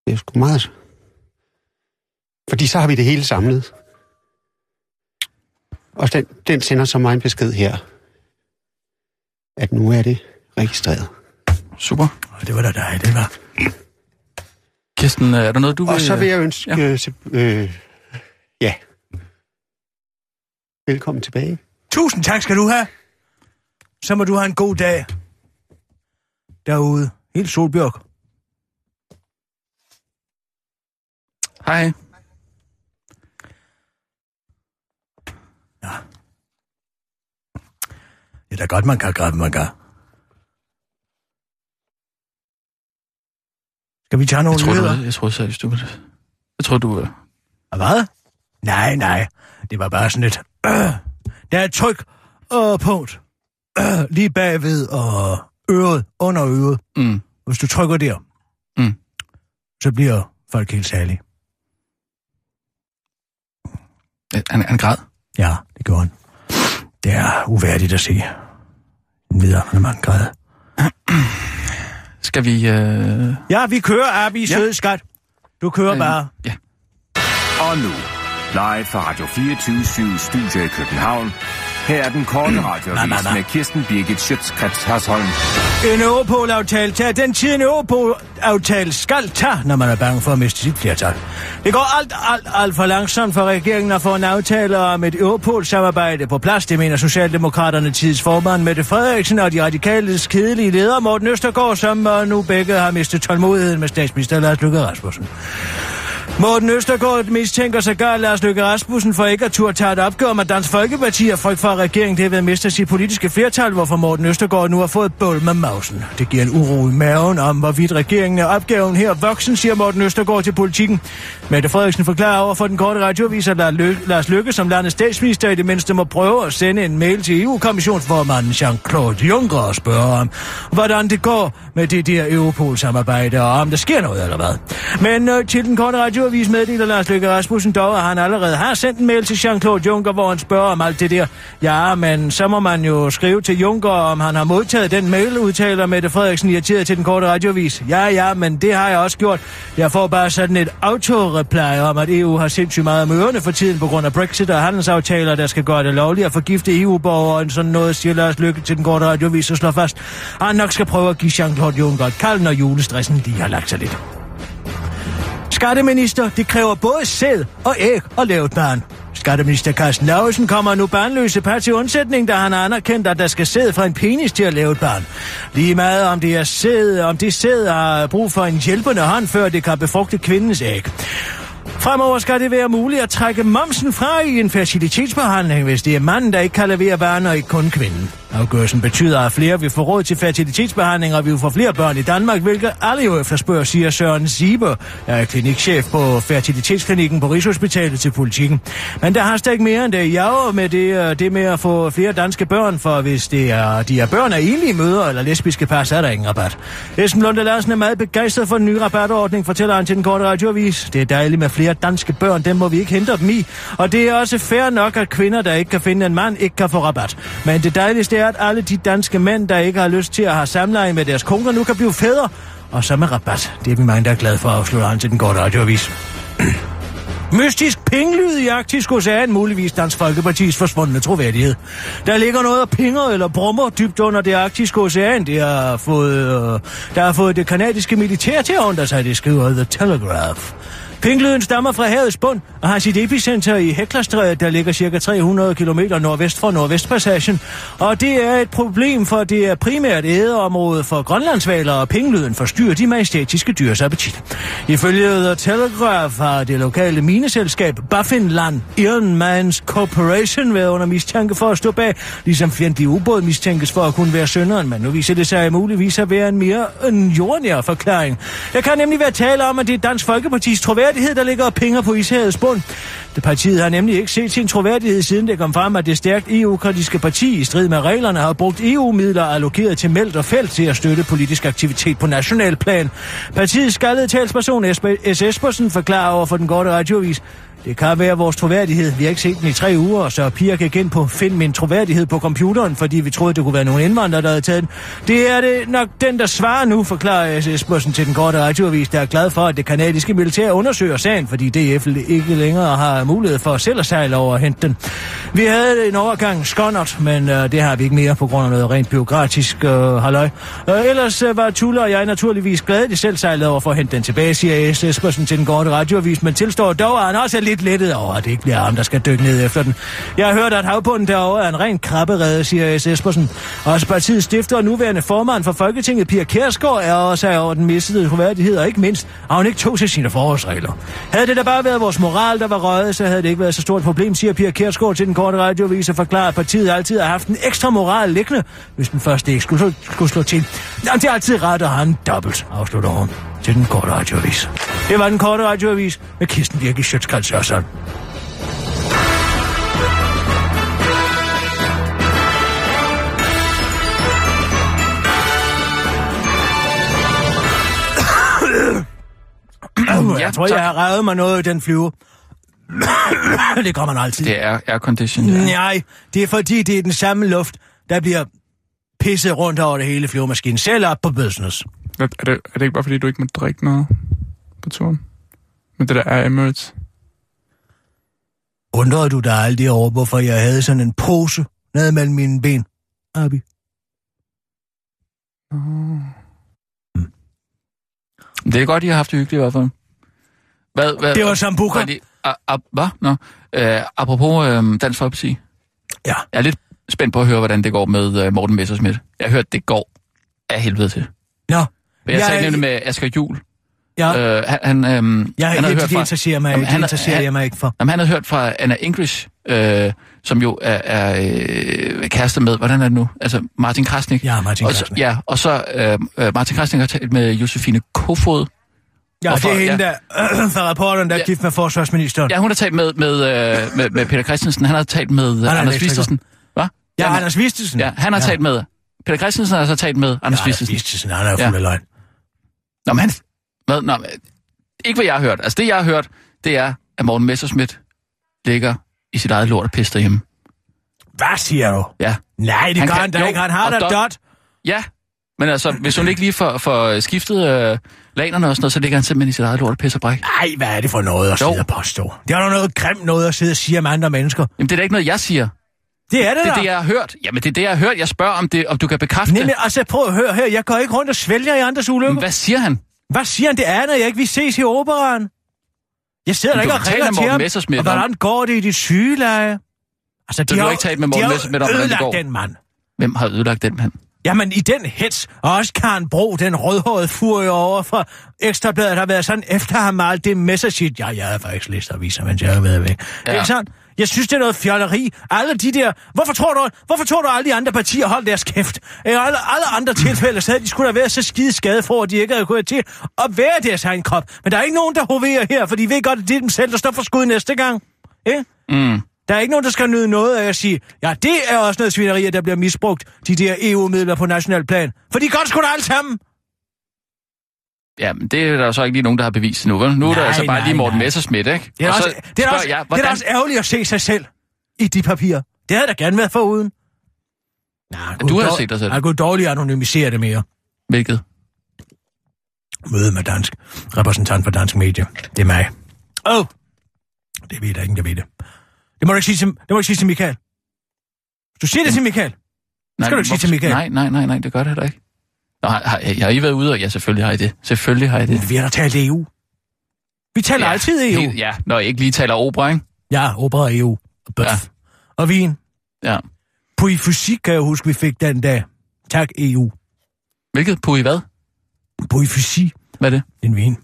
Speaker 3: Det er sgu meget... Fordi så har vi det hele samlet. Og den, den sender så mig en besked her, at nu er det registreret.
Speaker 5: Super.
Speaker 4: Og det var da dig, det var.
Speaker 5: Kirsten, øh, er der noget, du
Speaker 3: Og så vil jeg ønske...
Speaker 5: ja.
Speaker 3: Ja. Øh, til- øh, ja. Velkommen tilbage.
Speaker 4: Tusind tak skal du have. Så må du have en god dag derude. Helt Solbjørk.
Speaker 5: Hej.
Speaker 4: Det er da godt, man kan græde, man kan. Skal vi tage nogle
Speaker 5: Jeg tror,
Speaker 4: nyheder?
Speaker 5: du, jeg tror seriøst, du ville... Jeg tror, du... øh,
Speaker 4: Hvad? Nej, nej. Det var bare sådan et... Øh, der er et tryk og punkt. Øh, lige bagved og øret, under øret.
Speaker 5: Mm.
Speaker 4: Hvis du trykker der,
Speaker 5: Mm.
Speaker 4: så bliver folk helt særlige.
Speaker 5: øh, Han, han græd.
Speaker 4: Ja, det gjorde han. Det er uværdigt at se. En videre mand græde.
Speaker 5: Skal vi... Øh...
Speaker 4: Ja, vi kører, Abi, ja. søde skat. Du kører
Speaker 5: Øh,
Speaker 4: bare.
Speaker 5: Ja.
Speaker 2: Og nu, live fra Radio 24 Studio i København. Her er den korte
Speaker 4: Nej, nej,
Speaker 2: radiovis
Speaker 4: nej.
Speaker 2: med Kirsten Birgit Schøtzgrads Hasholm.
Speaker 4: En Europol-aftale tager den tid, en Europol-aftale skal tage, når man er bange for at miste sit flertal. Det går alt, alt, alt for langsomt for regeringen at få en aftale om et Europol-samarbejde på plads. Det mener Socialdemokraterne tids formand Mette Frederiksen og de radikales kedelige leder Morten Østergaard, som øh, nu begge har mistet tålmodigheden med statsminister Lars Løkke Rasmussen. Morten Østergaard mistænker sig gør Lars Løkke Rasmussen for ikke at turde tage et opgør med Dansk Folkeparti og frygt for, at regeringen det ved at miste sit politiske flertal, hvorfor Morten Østergaard nu har fået et bål med mausen. Det giver en uro i maven om, hvorvidt regeringen er opgaven her voksen, siger Morten Østergaard til politikken. Mette Frederiksen forklarer over for den korte radioavis, at Lars Lø- Lars Løkke som landets statsminister i det mindste må prøve at sende en mail til EU-kommissionsformanden Jean-Claude Juncker og spørge om, hvordan det går med det der Europol-samarbejde, og om der sker noget eller hvad. Men øh, til den korte radioavis meddeler Lars Løkke Rasmussen dog, at han allerede har sendt en mail til Jean-Claude Juncker, hvor han spørger om alt det der. Ja, men så må man jo skrive til Juncker, om han har modtaget den mail, udtaler Mette Frederiksen irriteret til den korte radioavis. Ja, ja, men det har jeg også gjort. Jeg får bare sådan et autoreply om, at EU har sindssygt meget om ørerne for tiden på grund af Brexit og handelsaftaler, der skal gøre det lovligt at forgifte EU-borgere og sådan noget, siger Lars Lykke til den korte radioavis og slår fast. at Han nok skal prøve at give Jean-Claude Juncker et kald, når julestressen lige har lagt sig lidt. Skatteminister, det kræver både sæd og æg og lavt barn. Skatteminister Carsten Lausen kommer nu barnløse par til undsætning, da han har anerkendt, at der skal sæd fra en penis til at lave et barn. Lige meget om det er sæd, om det sæd har brug for en hjælpende hånd, før det kan befrugte kvindens æg. Fremover skal det være muligt at trække momsen fra i en fertilitetsbehandling, hvis det er manden, der ikke kan levere børn, og ikke kun kvinden. Afgørelsen betyder, at flere vil få råd til fertilitetsbehandling, og vi vil få flere børn i Danmark, hvilket alle jo efterspørger, siger Søren Sieber, der er klinikchef på Fertilitetsklinikken på Rigshospitalet til politikken. Men der har slet ikke mere end det. Jeg er jo med det, øh, det med at få flere danske børn, for hvis det er, de er børn af enlige mødre eller lesbiske par, så er der ingen rabat. Esben Lunde Larsen er meget begejstret for den nye rabatordning, fortæller han til den korte radioavis. Det er dejligt med flere danske børn, dem må vi ikke hindre dem i. Og det er også fair nok, at kvinder, der ikke kan finde en mand, ikke kan få rabat. Men det dejligste er, at alle de danske mænd, der ikke har lyst til at have samleje med deres koner, nu kan blive fædre. Og så med rabat. Det er vi mange, der er glade for, afslutter han til den korte radioavis. Mystisk pinglyd i Arktisk Ocean, muligvis Dansk Folkeparti's forsvundne troværdighed. Der ligger noget og pinger eller brummer dybt under det arktiske ocean. Det har fået, øh, der har fået det kanadiske militær til at undre sig, det skriver The Telegraph. Pinglyden stammer fra havets bund og har sit epicenter i Heklerstrædet, der ligger cirka 300 km nordvest for Nordvestpassagen. Og det er et problem, for det er primært ædeområde for grønlandsvaler, og pinglyden forstyrrer de majestætiske dyrs appetit. Ifølge The Telegraph har det lokale mineselskab Baffinland Ironmans Corporation været under mistanke for at stå bag, ligesom fjendtlig ubåd mistænkes for at kunne være sønderen, men nu viser det sig muligvis at være en mere en jordnær forklaring. Der kan nemlig være tale om, at det er Dansk Folkeparti's troværdighed, der ligger og penger på ishavets bund. Det partiet har nemlig ikke set sin troværdighed, siden det kom frem, at det stærkt EU-kritiske parti i strid med reglerne har brugt EU-midler allokeret til Meldt og Felt til at støtte politisk aktivitet på national plan. Partiets skaldede talsperson Espe- S. Espersen forklarer over for den korte radioavis, Det kan være vores troværdighed. Vi har ikke set den i tre uger, så piger gik ind på Find min troværdighed på computeren, fordi vi troede, det kunne være nogle indvandrere, der havde taget den. Det er det nok den, der svarer nu, forklarer S. Espersen til den korte radioavis, der er glad for, at det kanadiske militær undersøger sagen, fordi DF ikke længere har mulighed for selv at sejle over og hente den. Vi havde en overgang skåndert, men øh, det har vi ikke mere på grund af noget rent byråkratisk øh, halløj. Øh, ellers øh, var Tuller og jeg naturligvis glade, de selv sejlede over for at hente den tilbage, siger S. Espersen til den korte radioavis, men tilstår dog, at han også er lidt lettet over, at det ikke bliver ham, der skal dykke ned efter den. Jeg har hørt, at havbunden derovre er en ren krabberede, siger S. Espersen. Også partiets stifter og nuværende formand for Folketinget, Pia Kærsgaard, er også her over den mistede troværdighed, og ikke mindst, at hun ikke tog til sine forholdsregler. Havde det da bare været vores moral, der var røget, så havde det ikke været så stort et problem, siger Pia Kærsgaard til den korte radioavis og forklarer, at partiet altid har haft en ekstra moral liggende, hvis den første ikke skulle, skulle slå til. Jamen, det er altid ret, og han dobbelt, afslutter hun til den korte radioavis. Det var den korte radioavis med Kirsten Birke Sjøtskrets Hørsholm.
Speaker 5: Ja,
Speaker 4: Jeg tror,
Speaker 5: tak.
Speaker 4: jeg har revet mig noget i den flyve. [coughs] det gør man altid.
Speaker 5: Det er aircondition. Ja.
Speaker 4: Nej, det er fordi, det er den samme luft, der bliver pisset rundt over det hele flyvemaskinen. Selv op på business.
Speaker 6: Er er det, er det ikke bare fordi, du ikke må drikke noget på turen? Men det der er Emirates.
Speaker 4: Undrede du dig aldrig over, hvorfor jeg havde sådan en pose ned mellem mine ben, Abi?
Speaker 5: Øh, Det er godt, I har haft det hyggeligt i hvert fald. Hvad, hvad,
Speaker 4: Det var Sambuca.
Speaker 5: Fordi, a, a, hvad? Nå. Øh, apropos øh, Dansk Folkeparti.
Speaker 4: Ja.
Speaker 5: Jeg er lidt spændt på at høre, hvordan det går med øh, Morten Messerschmidt. Jeg har hørt, det går af helvede til.
Speaker 4: Nå,
Speaker 5: Men jeg, jeg
Speaker 4: Jeg-
Speaker 5: talte nemlig med Asger Juhl.
Speaker 4: Ja.
Speaker 5: Øh, han, han, øhm,
Speaker 4: jeg,
Speaker 5: han
Speaker 4: jeg,
Speaker 5: havde
Speaker 4: det,
Speaker 5: hørt
Speaker 4: det
Speaker 5: fra,
Speaker 4: interesserer mig
Speaker 5: Jamen,
Speaker 4: ikke. Det
Speaker 5: han-
Speaker 4: interesserer
Speaker 5: han-
Speaker 4: jeg mig ikke for.
Speaker 5: jamen, han havde hørt fra Anna English, øh, som jo er, er øh, kæreste med, hvordan er det nu? Altså Martin Krasnik.
Speaker 4: Ja, Martin
Speaker 5: og så,
Speaker 4: Krasnik.
Speaker 5: ja, og så øh, øh, Martin Krasnik har talt med Josefine Kofod.
Speaker 4: Ja,
Speaker 5: Hvorfor?
Speaker 4: det er hende,
Speaker 5: Ja.
Speaker 4: der [clears throat] fra rapporteren, der er
Speaker 5: Ja.
Speaker 4: gift med forsvarsministeren.
Speaker 5: Ja, hun har talt med, med, øh, med, med Peter Christensen, han har talt med
Speaker 4: er
Speaker 5: øh, Anders
Speaker 4: elektriker.
Speaker 5: Vistesen. Hvad?
Speaker 4: Ja,
Speaker 5: Jamen,
Speaker 4: Anders Vistesen.
Speaker 5: Ja, han har
Speaker 4: Ja.
Speaker 5: talt med... Peter Christensen har så talt med Anders
Speaker 4: Ja,
Speaker 5: Vistesen.
Speaker 4: Vistesen, han er jo
Speaker 5: Ja.
Speaker 4: fuld af løgn.
Speaker 5: Nå, men han... Hvad? Nå, men, ikke hvad jeg har hørt. Altså, det jeg har hørt, det er, at Morten Messerschmidt ligger i sit eget lort og pis derhjemme.
Speaker 4: Hvad siger du?
Speaker 5: Ja.
Speaker 4: Nej, det
Speaker 5: Han
Speaker 4: gør
Speaker 5: kan-
Speaker 4: han da
Speaker 5: jo,
Speaker 4: ikke. Han har
Speaker 5: og
Speaker 4: da
Speaker 5: dot.
Speaker 4: dot.
Speaker 5: Ja, men altså, hvis hun ikke lige får, får skiftet øh, lanerne og sådan noget, så ligger han simpelthen i sit eget lort og pisser bræk.
Speaker 4: Ej, hvad er det for noget at
Speaker 5: Jo.
Speaker 4: sidde og påstå? Det er da noget grimt noget at sidde og sige om andre mennesker.
Speaker 5: Jamen, det er da ikke noget, jeg siger.
Speaker 4: Det er det,
Speaker 5: Det er
Speaker 4: da.
Speaker 5: det, jeg har hørt. Jamen, det er det, jeg har hørt. Jeg spørger, om, det, om du kan bekræfte
Speaker 4: Nemlig,
Speaker 5: det.
Speaker 4: altså prøv at høre her, jeg går ikke rundt og svælger i andres ulykker.
Speaker 5: Men
Speaker 4: Hvad,
Speaker 5: Hvad siger han?
Speaker 4: Hvad siger han? Det aner jeg ikke, vi ses i operan. Jeg sidder der
Speaker 5: Men du
Speaker 4: ikke
Speaker 5: har
Speaker 4: og
Speaker 5: talt
Speaker 4: ringer
Speaker 5: med
Speaker 4: til
Speaker 5: Morten
Speaker 4: ham,
Speaker 5: Messerschmidt
Speaker 4: og
Speaker 5: om-
Speaker 4: hvordan går det i dit sygeleje? Altså,
Speaker 5: du har
Speaker 4: jo-
Speaker 5: ikke talt med Morten
Speaker 4: de har jo
Speaker 5: Messerschmidt om, hvordan det
Speaker 4: ødelagt
Speaker 5: går?
Speaker 4: den mand.
Speaker 5: Hvem har ødelagt den mand?
Speaker 4: Jamen, i den hets, og også Karen Bro, den rødhårede furie over fra Ekstrabladet, har været sådan efter ham med alt det messershit. Ja, jeg havde faktisk læst aviser, mens jeg har været væk. Ja.
Speaker 5: Ja.
Speaker 4: Ikke sandt? Jeg synes, det er noget fjolleri. Alle de der... Hvorfor tror du, hvorfor tror du alle de andre partier holdt deres kæft? I alle, alle andre tilfælde, så havde de skulle da være så skide skade for, at de ikke havde kunnet til at være deres egen krop. Men der er ikke nogen, der hoverer her, for de ved godt, at det er dem selv, der står for skud næste gang. Ikke? Der er ikke nogen, der skal nyde noget af at sige, ja, det er også noget svineri, at der bliver misbrugt, de der EU-midler på national plan. For de er godt skulle da alt sammen.
Speaker 5: Jamen, det er der jo så ikke lige nogen, der har bevist nu, vel? Nu er der
Speaker 4: Nej,
Speaker 5: altså bare
Speaker 4: nej,
Speaker 5: lige Morten
Speaker 4: nej.
Speaker 5: Messerschmidt, ikke?
Speaker 4: Det er,
Speaker 5: og
Speaker 4: også,
Speaker 5: så
Speaker 4: det, er
Speaker 5: spørger
Speaker 4: også,
Speaker 5: jeg,
Speaker 4: det er da
Speaker 5: hvordan...
Speaker 4: også ærgerligt at se sig selv i de papirer. Det havde jeg da gerne været foruden. Nej,
Speaker 5: du havde set dig selv.
Speaker 4: Jeg kunne dårligt anonymisere det mere.
Speaker 5: Hvilket?
Speaker 4: Møde med dansk. Repræsentant for dansk medie. Det er mig. Åh! Oh. Det ved der ingen, der ved det. Det må du ikke sige til, det må du ikke sige til Michael. Du siger det til Michael.
Speaker 5: Nej,
Speaker 4: skal du ikke sige
Speaker 5: hvorfor-
Speaker 4: til Michael.
Speaker 5: Nej, nej, nej, nej, det gør det heller ikke. Nå, har, har, har I været ude? og- Ja, selvfølgelig har I det. Selvfølgelig har I det.
Speaker 4: Vi har da talt EU. Vi taler ja, altid E EU.
Speaker 5: Helt, ja, når I ikke lige taler opera, ikke?
Speaker 4: Ja, opera og EU. Og bøf.
Speaker 5: Ja.
Speaker 4: Ja. Og vin.
Speaker 5: Ja.
Speaker 4: På i fysik kan jeg huske, vi fik den dag. Tak E EU.
Speaker 5: Hvilket? På i hvad?
Speaker 4: På i fysik.
Speaker 5: Hvad er det?
Speaker 4: En vin.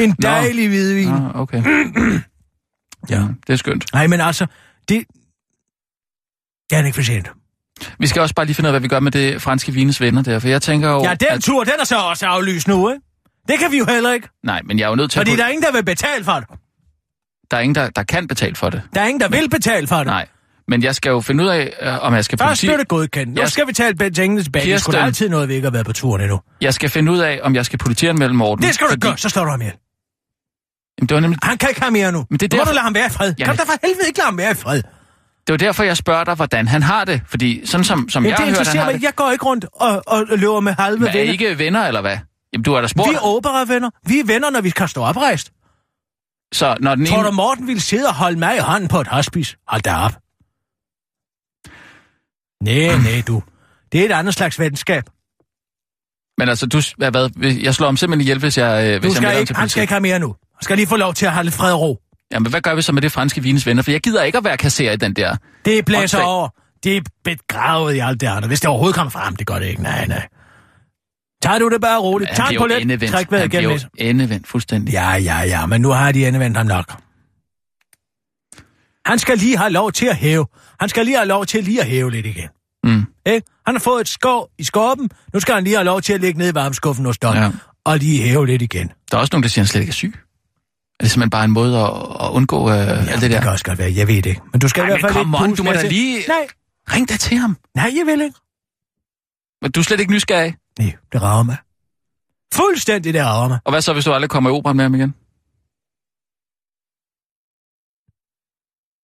Speaker 4: En dejlig hvidvin. Nej,
Speaker 5: Ah, okay. ja, det er skønt.
Speaker 4: men altså, det... Det er ikke for sent.
Speaker 5: Vi skal også bare lige finde ud af, hvad vi gør med det franske vines venner der, for jeg tænker jo...
Speaker 4: Ja, den
Speaker 5: at,
Speaker 4: tur, den er så også aflyst nu, ikke? Det kan vi jo heller ikke,
Speaker 5: Nej, men jeg er jo nødt til
Speaker 4: fordi
Speaker 5: at...
Speaker 4: der er ingen, der vil betale for det.
Speaker 5: der er ingen, der, der kan betale for det.
Speaker 4: Der er ingen, der vil betale for det.
Speaker 5: Nej. Men jeg skal jo finde ud af, øh, om jeg skal
Speaker 4: Først
Speaker 5: politi...
Speaker 4: blev det godkendt. Nu
Speaker 5: Jeg-
Speaker 4: skal vi tale pengene tilbage. Det er sgu da
Speaker 5: Kirsten.
Speaker 4: altid noget, vi ikke har været på turen endnu.
Speaker 5: Jeg skal finde ud af, om jeg skal politianmelde Morten.
Speaker 4: Det skal du
Speaker 5: fordi...
Speaker 4: ikke gøre, så slår du ham ihjel.
Speaker 5: Jamen, det var nemlig...
Speaker 4: Han kan ikke have mere nu.
Speaker 5: Men det
Speaker 4: Nu
Speaker 5: er
Speaker 4: må
Speaker 5: derfor-
Speaker 4: du lade ham være i fred.
Speaker 5: Jamen-
Speaker 4: Kan du da for helvede ikke lade ham være i fred?
Speaker 5: Det var derfor, jeg spørger dig, hvordan han har det. Fordi sådan som, som
Speaker 4: Men det
Speaker 5: jeg har hørt, han
Speaker 4: interesserer
Speaker 5: har
Speaker 4: mig.
Speaker 5: det...
Speaker 4: Jeg går ikke rundt og, og løber med halve
Speaker 5: Men er I
Speaker 4: venner.
Speaker 5: ikke venner, eller hvad? Jamen, du har da spurgt.
Speaker 4: Vi er operavenner. Vi er venner, når vi kan stå oprejst.
Speaker 5: Så når den
Speaker 4: Tror
Speaker 5: ene...
Speaker 4: du, Morten ville sidde og holde mig i hånden på et hospice? Hold da op. Næ,
Speaker 5: Ah.
Speaker 4: næ, du. Det er et andet slags venskab.
Speaker 5: Men altså, du... s- Hvad, hvad, jeg slår ham simpelthen ihjel, hvis jeg... øh,
Speaker 4: Du
Speaker 5: hvis jeg melder
Speaker 4: skal
Speaker 5: ham
Speaker 4: ikke,
Speaker 5: til
Speaker 4: han skal
Speaker 5: politiet.
Speaker 4: ikke have mere nu. Han skal lige få lov til at have lidt fred og ro.
Speaker 5: Jamen, hvad gør vi så med det franske vines venner? For jeg gider ikke at være kasserer i den der.
Speaker 4: Det blæser
Speaker 5: Åndssvagt.
Speaker 4: over. Det er begravet i alt det andet. Hvis det overhovedet kommer frem, det gør det ikke. Nej, nej. Tager du det bare roligt. Tag
Speaker 5: Han
Speaker 4: en på
Speaker 5: bliver jo
Speaker 4: lidt.
Speaker 5: endevendt.
Speaker 4: Træk vejret
Speaker 5: Han
Speaker 4: igennem
Speaker 5: bliver
Speaker 4: lidt.
Speaker 5: jo endevendt fuldstændig.
Speaker 4: Ja, ja, ja, men nu har de endevendt ham nok. Han skal lige have lov til at hæve. Han skal lige have lov til lige at hæve lidt igen.
Speaker 5: Mm.
Speaker 4: Ikke? Han har fået et skov i skorpen. Nu skal han lige have lov til at ligge ned i varmeskuffen hos Don.
Speaker 5: Ja.
Speaker 4: Ja. Og lige hæve lidt igen.
Speaker 5: Der er også nogen, der siger, at han slet ikke er syg. Er det simpelthen bare en måde at, at undgå øh, alt det
Speaker 4: Det kan
Speaker 5: der?
Speaker 4: også godt være. Jeg ved det ikke. Men du skal
Speaker 5: Ej,
Speaker 4: i hvert
Speaker 5: men
Speaker 4: fald
Speaker 5: come
Speaker 4: ikke...
Speaker 5: on,
Speaker 4: puste
Speaker 5: du må
Speaker 4: med
Speaker 5: da
Speaker 4: til-
Speaker 5: lige-
Speaker 4: Nej,
Speaker 5: Ring da til ham.
Speaker 4: nej, jeg vil ikke.
Speaker 5: Men du er slet ikke nysgerrig.
Speaker 4: Nej, det rager mig. Fuldstændig, det rager mig.
Speaker 5: Og hvad så, hvis du aldrig kommer i operan med ham igen?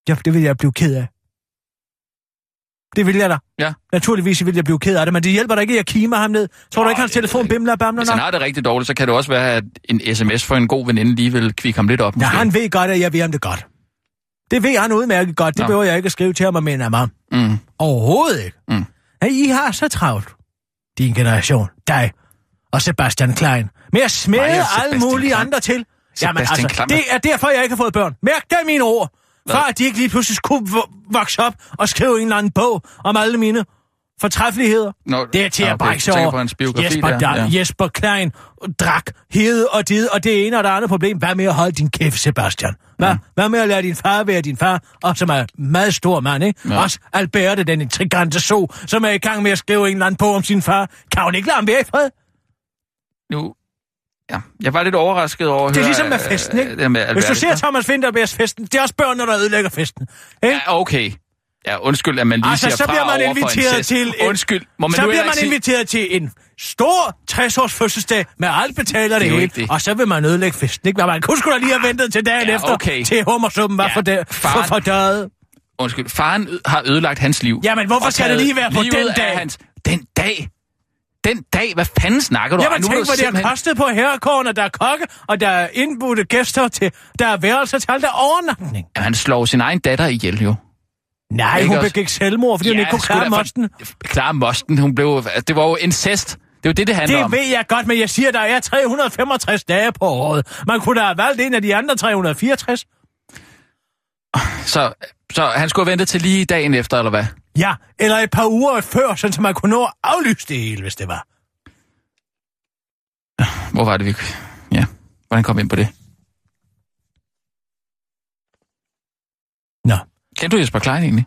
Speaker 4: Ja, det vil jeg blive ked af. Det vil jeg da.
Speaker 5: Ja.
Speaker 4: Naturligvis vil jeg blive ked af det, men det hjælper da ikke, at jeg kimer ham ned. Tror du ikke, hans telefon bimler og bamler
Speaker 5: Hvis han
Speaker 4: nok?
Speaker 5: har det rigtig dårligt, så kan det også være, at en sms fra en god veninde lige vil kvikke ham lidt op.
Speaker 4: Ja,
Speaker 5: måske.
Speaker 4: han ved godt, at jeg ved ham det godt. Det ved han udmærket godt. Det
Speaker 5: Nå.
Speaker 4: behøver jeg ikke at skrive til ham og minde ham om.
Speaker 5: Mm.
Speaker 4: Overhovedet ikke.
Speaker 5: Mm.
Speaker 4: At I har så travlt. Din generation. Dig. Og Sebastian Klein. Med at smede
Speaker 5: Mig og
Speaker 4: alle
Speaker 5: Sebastian
Speaker 4: mulige
Speaker 5: Klein.
Speaker 4: andre til. Jamen
Speaker 5: Sebastian
Speaker 4: altså,
Speaker 5: Klein.
Speaker 4: det er derfor, jeg ikke har fået børn. Mærk da mine ord. For
Speaker 5: Hvad?
Speaker 4: at de ikke lige pludselig skulle vo- vokse op og skrive en eller anden bog om alle mine fortræffeligheder.
Speaker 5: Nå,
Speaker 4: det er til
Speaker 5: ja,
Speaker 4: at
Speaker 5: okay.
Speaker 4: brække sig
Speaker 5: Du tænker
Speaker 4: over.
Speaker 5: på hans biografi
Speaker 4: Jesper,
Speaker 5: der,
Speaker 4: Dan-
Speaker 5: ja.
Speaker 4: Jesper Klein drak, hede og did, og det ene og det andet problem. Hvad med at holde din kæft, Sebastian? Hvad, mm. hvad med at lade din far være din far, og som er en meget stor mand, ikke?
Speaker 5: Ja.
Speaker 4: Ja. Også Alberte, den intrigante so, som er i gang med at skrive en eller anden på om sin far. Kan hun ikke lade ham være i fred?
Speaker 5: Nu... Ja, jeg var lidt overrasket over at
Speaker 4: Det er
Speaker 5: høre,
Speaker 4: ligesom med
Speaker 5: øh,
Speaker 4: festen, ikke?
Speaker 5: det der med
Speaker 4: Hvis du
Speaker 5: Alberte.
Speaker 4: ser Thomas Vinterbergs festen, det er også børnene, der ødelægger festen. Ikke? Ja,
Speaker 5: Ja, okay. Ja, undskyld, at man lige
Speaker 4: Altså,
Speaker 5: siger
Speaker 4: så
Speaker 5: fra
Speaker 4: bliver man
Speaker 5: over for
Speaker 4: inviteret
Speaker 5: incest.
Speaker 4: til et-
Speaker 5: Undskyld, må man
Speaker 4: så
Speaker 5: nu
Speaker 4: bliver
Speaker 5: heller
Speaker 4: man
Speaker 5: ikke sige-
Speaker 4: inviteret til en stor 60-års fødselsdag med alt betaler
Speaker 5: Det
Speaker 4: det,
Speaker 5: er jo
Speaker 4: hele,
Speaker 5: ikke det.
Speaker 4: og så vil man ødelægge festen, ikke? Men Man kunne sgu da lige have ventet til dagen
Speaker 5: Ja,
Speaker 4: efter,
Speaker 5: okay.
Speaker 4: til hummersuppen var
Speaker 5: Ja,
Speaker 4: ja, for, der, for,
Speaker 5: faren-
Speaker 4: for døde.
Speaker 5: Undskyld, faren ø- har ødelagt hans liv.
Speaker 4: Jamen, hvorfor
Speaker 5: Og
Speaker 4: skal det
Speaker 5: taget
Speaker 4: lige være på
Speaker 5: livet
Speaker 4: den
Speaker 5: af
Speaker 4: dag?
Speaker 5: Hans... Den dag? Den dag? Hvad fanden snakker du
Speaker 4: Jamen
Speaker 5: om? Nu må
Speaker 4: tænk,
Speaker 5: du
Speaker 4: hvad det har kostet på herrekåren, og der er kokke, og der er indbudte gæster til, der er værelser til alt, der er overnatning.
Speaker 5: Jamen, han slår sin egen datter ihjel, jo.
Speaker 4: Nej,
Speaker 5: Ikke
Speaker 4: hun
Speaker 5: også?
Speaker 4: begik selvmord, fordi hun ikke kunne
Speaker 5: sgu da,
Speaker 4: klare
Speaker 5: for-
Speaker 4: mosten.
Speaker 5: Klare mosten, hun blev... altså, Det var jo incest. Det er jo det, det handler
Speaker 4: Det
Speaker 5: om.
Speaker 4: ved jeg godt, men jeg siger, der er 365 dage på året. Man kunne da have valgt en af de andre 364.
Speaker 5: Så, så han skulle have ventet til lige dagen efter, eller hvad?
Speaker 4: Ja, eller et par uger før, sådan så man kunne nå at aflyse det hele, hvis det var.
Speaker 5: Hvor var det, vi... Ja, hvordan kom vi ind på det?
Speaker 4: Nå,
Speaker 5: Kendte du Jesper Klein egentlig?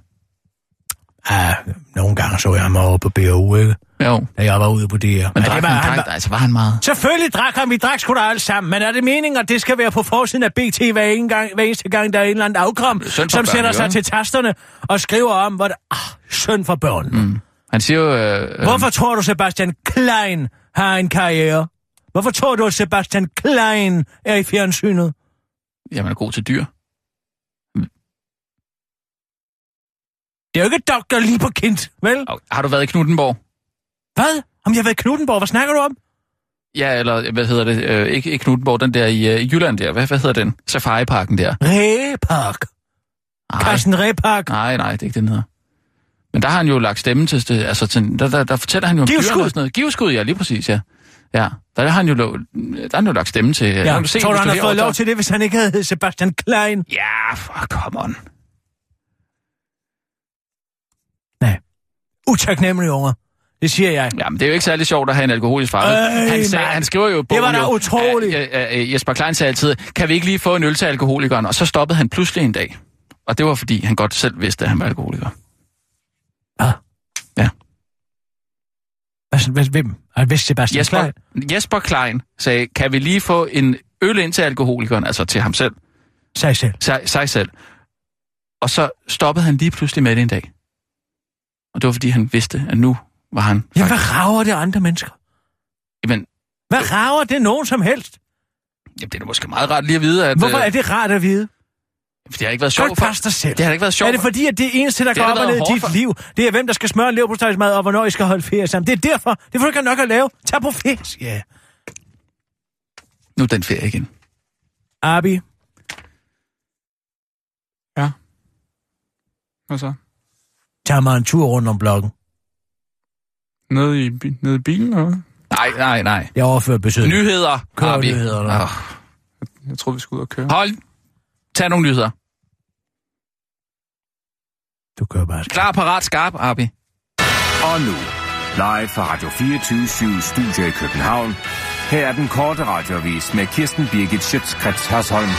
Speaker 4: ah, nogle gange så jeg ham over på BU, ikke?
Speaker 5: Jo,
Speaker 4: Da jeg var ude på det her.
Speaker 5: men
Speaker 4: det
Speaker 5: drak
Speaker 4: var,
Speaker 5: han, drak,
Speaker 4: var-
Speaker 5: altså var han meget...
Speaker 4: Selvfølgelig drak han, vi drak sgu da alle sammen, men er det meningen, at det skal være på forsiden af BT hver, en gang, hver eneste gang, der er en eller anden afkram,
Speaker 5: Synd for
Speaker 4: som
Speaker 5: børn,
Speaker 4: sætter
Speaker 5: jo,
Speaker 4: sig
Speaker 5: ikke?
Speaker 4: til tasterne og skriver om, hvor det... Ah, synd for børnene. Mm.
Speaker 5: Han siger jo... Øh, øh,
Speaker 4: Hvorfor tror du, Sebastian Klein har en karriere? Hvorfor tror du, at Sebastian Klein er i fjernsynet?
Speaker 5: Jamen, han er god til dyr.
Speaker 4: Det er jo ikke Dr. Lieberkind, vel?
Speaker 5: Og Har du været i Knuttenborg?
Speaker 4: Hvad? Om jeg har været i Knuttenborg, hvad snakker du om?
Speaker 5: Ja, eller hvad hedder det? Øh, ikke, ikke Knuttenborg, den der i, øh, i Jylland der. Hvad, hvad hedder den? Safariparken der.
Speaker 4: Repark.
Speaker 5: Nej,
Speaker 4: Carsten Repark.
Speaker 5: nej, nej, det er ikke den hedder. Men der har han jo lagt stemme til, det- altså til, der, der, der fortæller han jo om dyrene og
Speaker 4: Giveskud.
Speaker 5: sådan noget. Giveskud, ja, lige præcis, ja. Ja, der har han jo, lo- der har han jo lagt stemme til.
Speaker 4: Ja,
Speaker 5: kan
Speaker 4: tror du,
Speaker 5: hvis
Speaker 4: han har fået
Speaker 5: herover
Speaker 4: lov til det, hvis han ikke havde heddet Sebastian Klein?
Speaker 5: tager- Ja, for, come on.
Speaker 4: Utaknemmelig unger. Det siger jeg.
Speaker 5: Jamen, det er jo ikke særlig sjovt at have en alkoholisk far.
Speaker 4: Øj,
Speaker 5: Han, sagde,
Speaker 4: mand.
Speaker 5: han skriver jo i
Speaker 4: Det var
Speaker 5: bogen
Speaker 4: da
Speaker 5: jo,
Speaker 4: utroligt.
Speaker 5: at, øh, øh, Jesper Klein sagde altid, kan vi ikke lige få en øl til alkoholikeren? Og så stoppede han pludselig en dag. Og det var, fordi han godt selv vidste, at han var alkoholiker.
Speaker 4: Hvad, Altså, hvad, hvem? Og Hvis Sebastian
Speaker 5: Jesper,
Speaker 4: Klein?
Speaker 5: Jesper Klein sagde, kan vi lige få en øl ind til alkoholikeren, altså til ham selv,
Speaker 4: Sig selv.
Speaker 5: sig, sig selv. Og så stoppede han lige pludselig med det en dag. Og det var, fordi han vidste, at nu var han...
Speaker 4: Jamen, hvad rager det andre mennesker?
Speaker 5: Jamen,
Speaker 4: Hvad rager det nogen som helst?
Speaker 5: Jamen, det er da måske meget rart lige at vide, at... øh,
Speaker 4: Hvorfor er det rart at vide?
Speaker 5: For det har ikke været sjovt
Speaker 4: Godt
Speaker 5: for...
Speaker 4: pas dig selv.
Speaker 5: Det har da ikke været sjovt
Speaker 4: Er det fordi, at det eneste, der
Speaker 5: Det
Speaker 4: går
Speaker 5: har
Speaker 4: op og
Speaker 5: været
Speaker 4: ned i dit
Speaker 5: hårdt for-
Speaker 4: liv, det er, hvem der skal smøre en leverpostejsmad, og hvornår I skal holde ferie sammen? Det er derfor. Det er for, du ikke har nok at lave. Tag på fisk, ja.
Speaker 5: Nu er den ferie igen.
Speaker 4: Abi,
Speaker 6: Hvad så?
Speaker 4: tag mig en tur rundt om blokken.
Speaker 6: Nede i, bi- nede i bilen, eller hvad?
Speaker 5: Nej, nej, nej.
Speaker 4: Jeg overfører besøg.
Speaker 5: Nyheder,
Speaker 4: Kør
Speaker 5: Arbi.
Speaker 4: nyheder, da.
Speaker 5: Ah,
Speaker 6: Jeg troede, vi skulle ud og køre.
Speaker 5: Hold. Tag nogle nyheder.
Speaker 4: Du kører bare. Skal.
Speaker 5: Klar, parat, skarp, Arbi.
Speaker 2: Og nu, live fra Radio 24 Studio i København. Her er den korte radiovis med Kirsten Birgit Schøtzgrads Hasholm.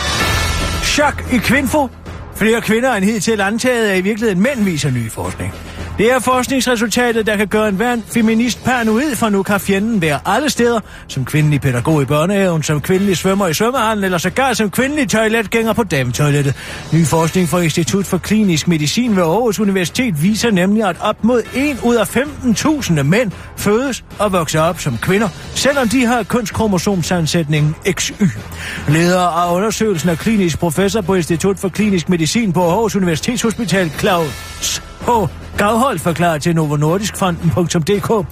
Speaker 4: Chok i Kvinfo. Flere kvinder end hidtil antaget er i virkeligheden mænd, viser ny forskning. Det er forskningsresultatet, der kan gøre en vand feminist paranoid, for nu kan fjenden være alle steder, som kvindelig pædagog i børnehaven, som kvindelig svømmer i svømmehallen, eller sågar som kvindelig toiletgænger på dametoilettet. Ny forskning fra Institut for Klinisk Medicin ved Aarhus Universitet viser nemlig, at op mod 1 ud af 15.000 mænd fødes og vokser op som kvinder, selvom de har kønskromosomsansætningen XY. Leder af undersøgelsen er klinisk professor på Institut for Klinisk Medicin på Aarhus Universitetshospital, Claus H. Gavhold forklarer til novonordiskfonden.dk.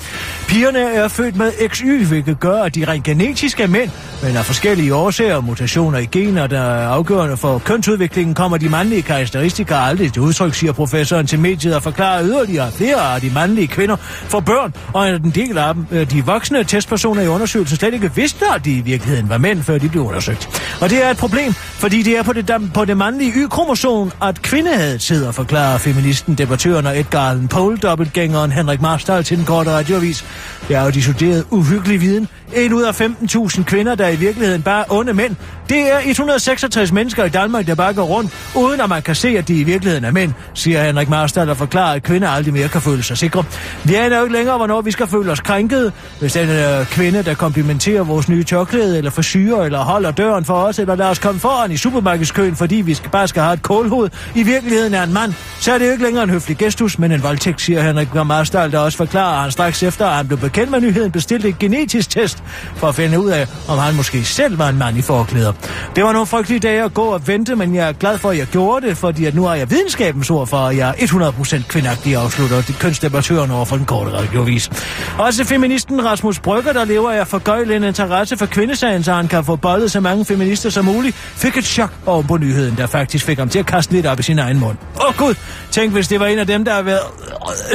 Speaker 4: Pigerne er født med XY, hvilket gør, at de rent genetisk er mænd, men af forskellige årsager og mutationer i gener, der er afgørende for kønsudviklingen, kommer de mandlige karakteristika aldrig til udtryk, siger professoren til mediet og forklarer yderligere, at flere af de mandlige kvinder får børn, og at en del af dem, øh, de voksne testpersoner i undersøgelsen slet ikke vidste, at de i virkeligheden var mænd, før de blev undersøgt. Og det er et problem, fordi det er på det, dam- på det mandlige Y-kromosom, at kvindehed sidder, forklarer feministen, debattøren og Edgar Allan Poe, dobbeltgængeren Henrik Marstal til den korte radioavis. Det er jo de studerede uhyggelig viden. En ud af 15.000 kvinder, der i virkeligheden bare er onde mænd. Det er 166 mennesker i Danmark, der bare går rundt, uden at man kan se, at de i virkeligheden er mænd, siger Henrik Marstal og forklarer, at kvinder aldrig mere kan føle sig sikre. Vi aner jo ikke længere, hvornår vi skal føle os krænket, hvis den øh, kvinde, der komplimenterer vores nye tørklæde, eller forsyrer, eller holder døren for os, eller lader os komme foran i supermarkedskøen, fordi vi skal, bare skal have et kålhoved, i virkeligheden er en mand, så er det jo ikke længere en høflig gestus, men en voldtægt, siger Henrik Marstal, der også forklarer, at han straks efter, at han blev bekendt med nyheden, bestilte et genetisk test for at finde ud af, om han måske selv var en mand i forklæder. Det var nogle frygtelige dage at gå og vente, men jeg er glad for, at jeg gjorde det, fordi at nu har jeg videnskabens ord for, at jeg er 100% kvindagtig, afslutter det kønsdebattøren over for den korte radiovis. Også feministen Rasmus Brygger, der lever af at forgøjle en interesse for kvindesagen, så han kan få boldet så mange feminister som muligt, fik et chok over på nyheden, der faktisk fik ham til at kaste lidt op i sin egen mund. Åh oh, gud, tænk hvis det var en af dem, der har været,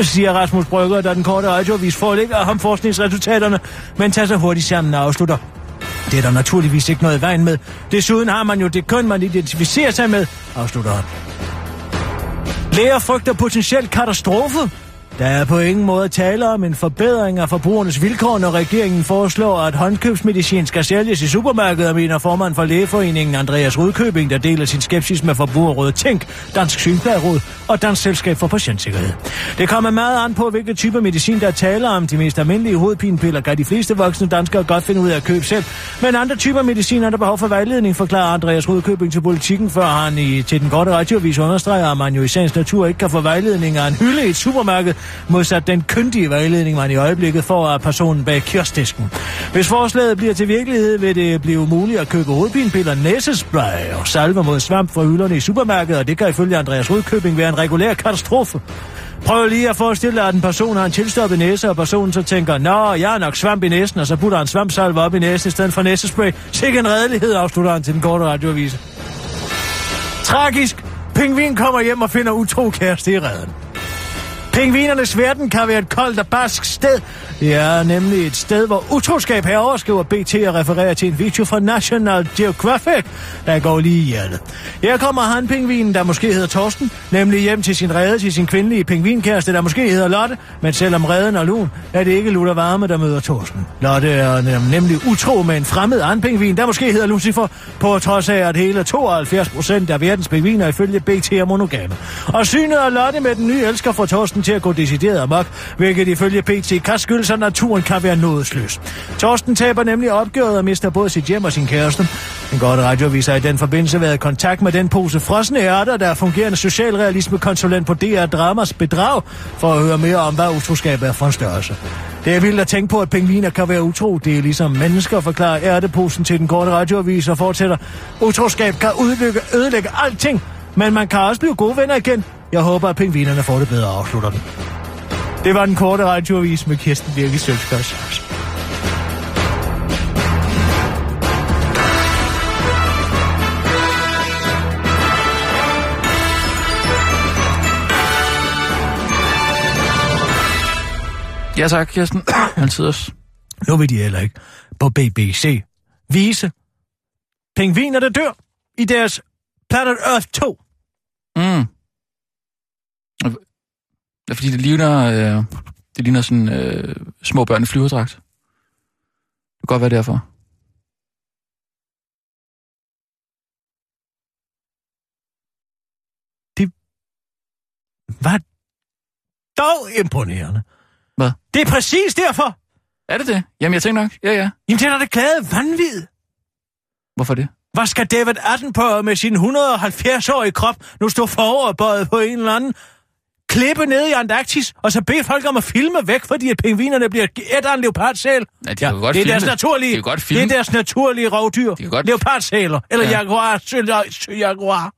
Speaker 4: siger Rasmus Brygger, der den korte radiovis forelægger ham forskningsresultaterne, men tager sig hurtigt sammen og afslutter. Det er der naturligvis ikke noget i vejen med. Desuden har man jo det køn, man identificerer sig med, afslutter han. Læger frygter potentiel katastrofe. Der er på ingen måde tale om en forbedring af forbrugernes vilkår, når regeringen foreslår, at håndkøbsmedicin skal sælges i supermarkeder, mener formand for Lægeforeningen Andreas Rudkøbing, der deler sin skepsis med Forbrugerrådet Tænk, Dansk Sygeplejeråd og Dansk Selskab for Patientsikkerhed. Det kommer meget an på, hvilke typer medicin, der taler om. De mest almindelige hovedpinepiller kan de fleste voksne danskere godt finde ud af at købe selv, men andre typer medicin er der behov for vejledning, forklarer Andreas Rudkøbing til politikken, før han i, til den korte radiovis understreger, at man jo i sagens natur ikke kan få vejledning af en hylde i et supermarked, modsat den kyndige vejledning, man i øjeblikket får af personen bag kioskdisken. Hvis forslaget bliver til virkelighed, vil det blive muligt at købe hovedpinepiller, næsespray og salver mod svamp fra hylderne i supermarkedet, og det kan ifølge Andreas Rudkøbing være en regulær katastrofe. Prøv lige at forestille dig, at en person har en tilstoppet næse, og personen så tænker, Nå, jeg har nok svamp i næsen, og så putter han svampsalve op i næsen i stedet for næsespray. Sikke en redelighed, afslutter han til den korte radioavise. Tragisk! Pingvin kommer hjem og finder utro kæreste i redden. Pingvinernes verden kan være et koldt og barsk sted. Det er nemlig et sted, hvor utroskab herover skriver BT og refererer til en video fra National Geographic, der går lige i hjertet. Her kommer han, pingvinen, der måske hedder Torsten, nemlig hjem til sin rede til sin kvindelige pingvinkæreste, der måske hedder Lotte, men selvom reden er lun, er det ikke Lutter Varme, der møder Torsten. Lotte er nem- nemlig utro med en fremmed anden pingvin, der måske hedder Lucifer, på trods af, at hele 72 procent af verdens pingviner ifølge BT er monogame. Og synet af Lotte med den nye elsker fra Torsten til at gå decideret amok, hvilket ifølge PT kan skyldes, at naturen kan være nådesløs. Torsten taber nemlig opgøret og mister både sit hjem og sin kæreste. Den gode radioavis har i den forbindelse været i kontakt med den pose frosne ærter, der er fungerende socialrealismekonsulent på DR Dramas bedrag, for at høre mere om, hvad utroskab er for en størrelse. Det er vildt at tænke på, at pingviner kan være utro. Det er ligesom mennesker, forklarer ærteposen til den korte radioavis og fortsætter. Utroskab kan udlykke, ødelægge alting, men man kan også blive gode venner igen. Jeg håber, at pingvinerne får det bedre, afslutter den. Det var den korte radioavis med Kirsten Birke Sjøtskørs.
Speaker 5: Ja tak,
Speaker 4: [coughs]
Speaker 5: Kirsten. Altid os.
Speaker 4: Nu vil de heller ikke på BBC vise pingviner, der dør i deres Planet Earth 2.
Speaker 5: Mm. Ja, fordi det ligner, øh, det ligner sådan øh, små børn i flyverdragt. Det kan godt være derfor.
Speaker 4: Hvad? Dog imponerende.
Speaker 5: Hvad?
Speaker 4: Det er præcis derfor.
Speaker 5: Er det det? Jamen, jeg tænker nok. Ja, ja.
Speaker 4: Jamen, det er da det glade vanvid.
Speaker 5: Hvorfor det?
Speaker 4: Hvad skal David Attenborough med sin 170-årige krop nu stå foroverbøjet på en eller anden klippe nede i Antarktis, og så bede folk om at filme væk, fordi at pingvinerne bliver et af en leopardsæl?
Speaker 5: Ja, de kan jo godt
Speaker 4: det er deres
Speaker 5: filme.
Speaker 4: naturlige,
Speaker 5: De kan godt
Speaker 4: det
Speaker 5: filme.
Speaker 4: er deres naturlige rovdyr.
Speaker 5: kan godt-
Speaker 4: Leopardsæler, eller
Speaker 5: Ja.
Speaker 4: ja. jaguar, sø- søjaguar.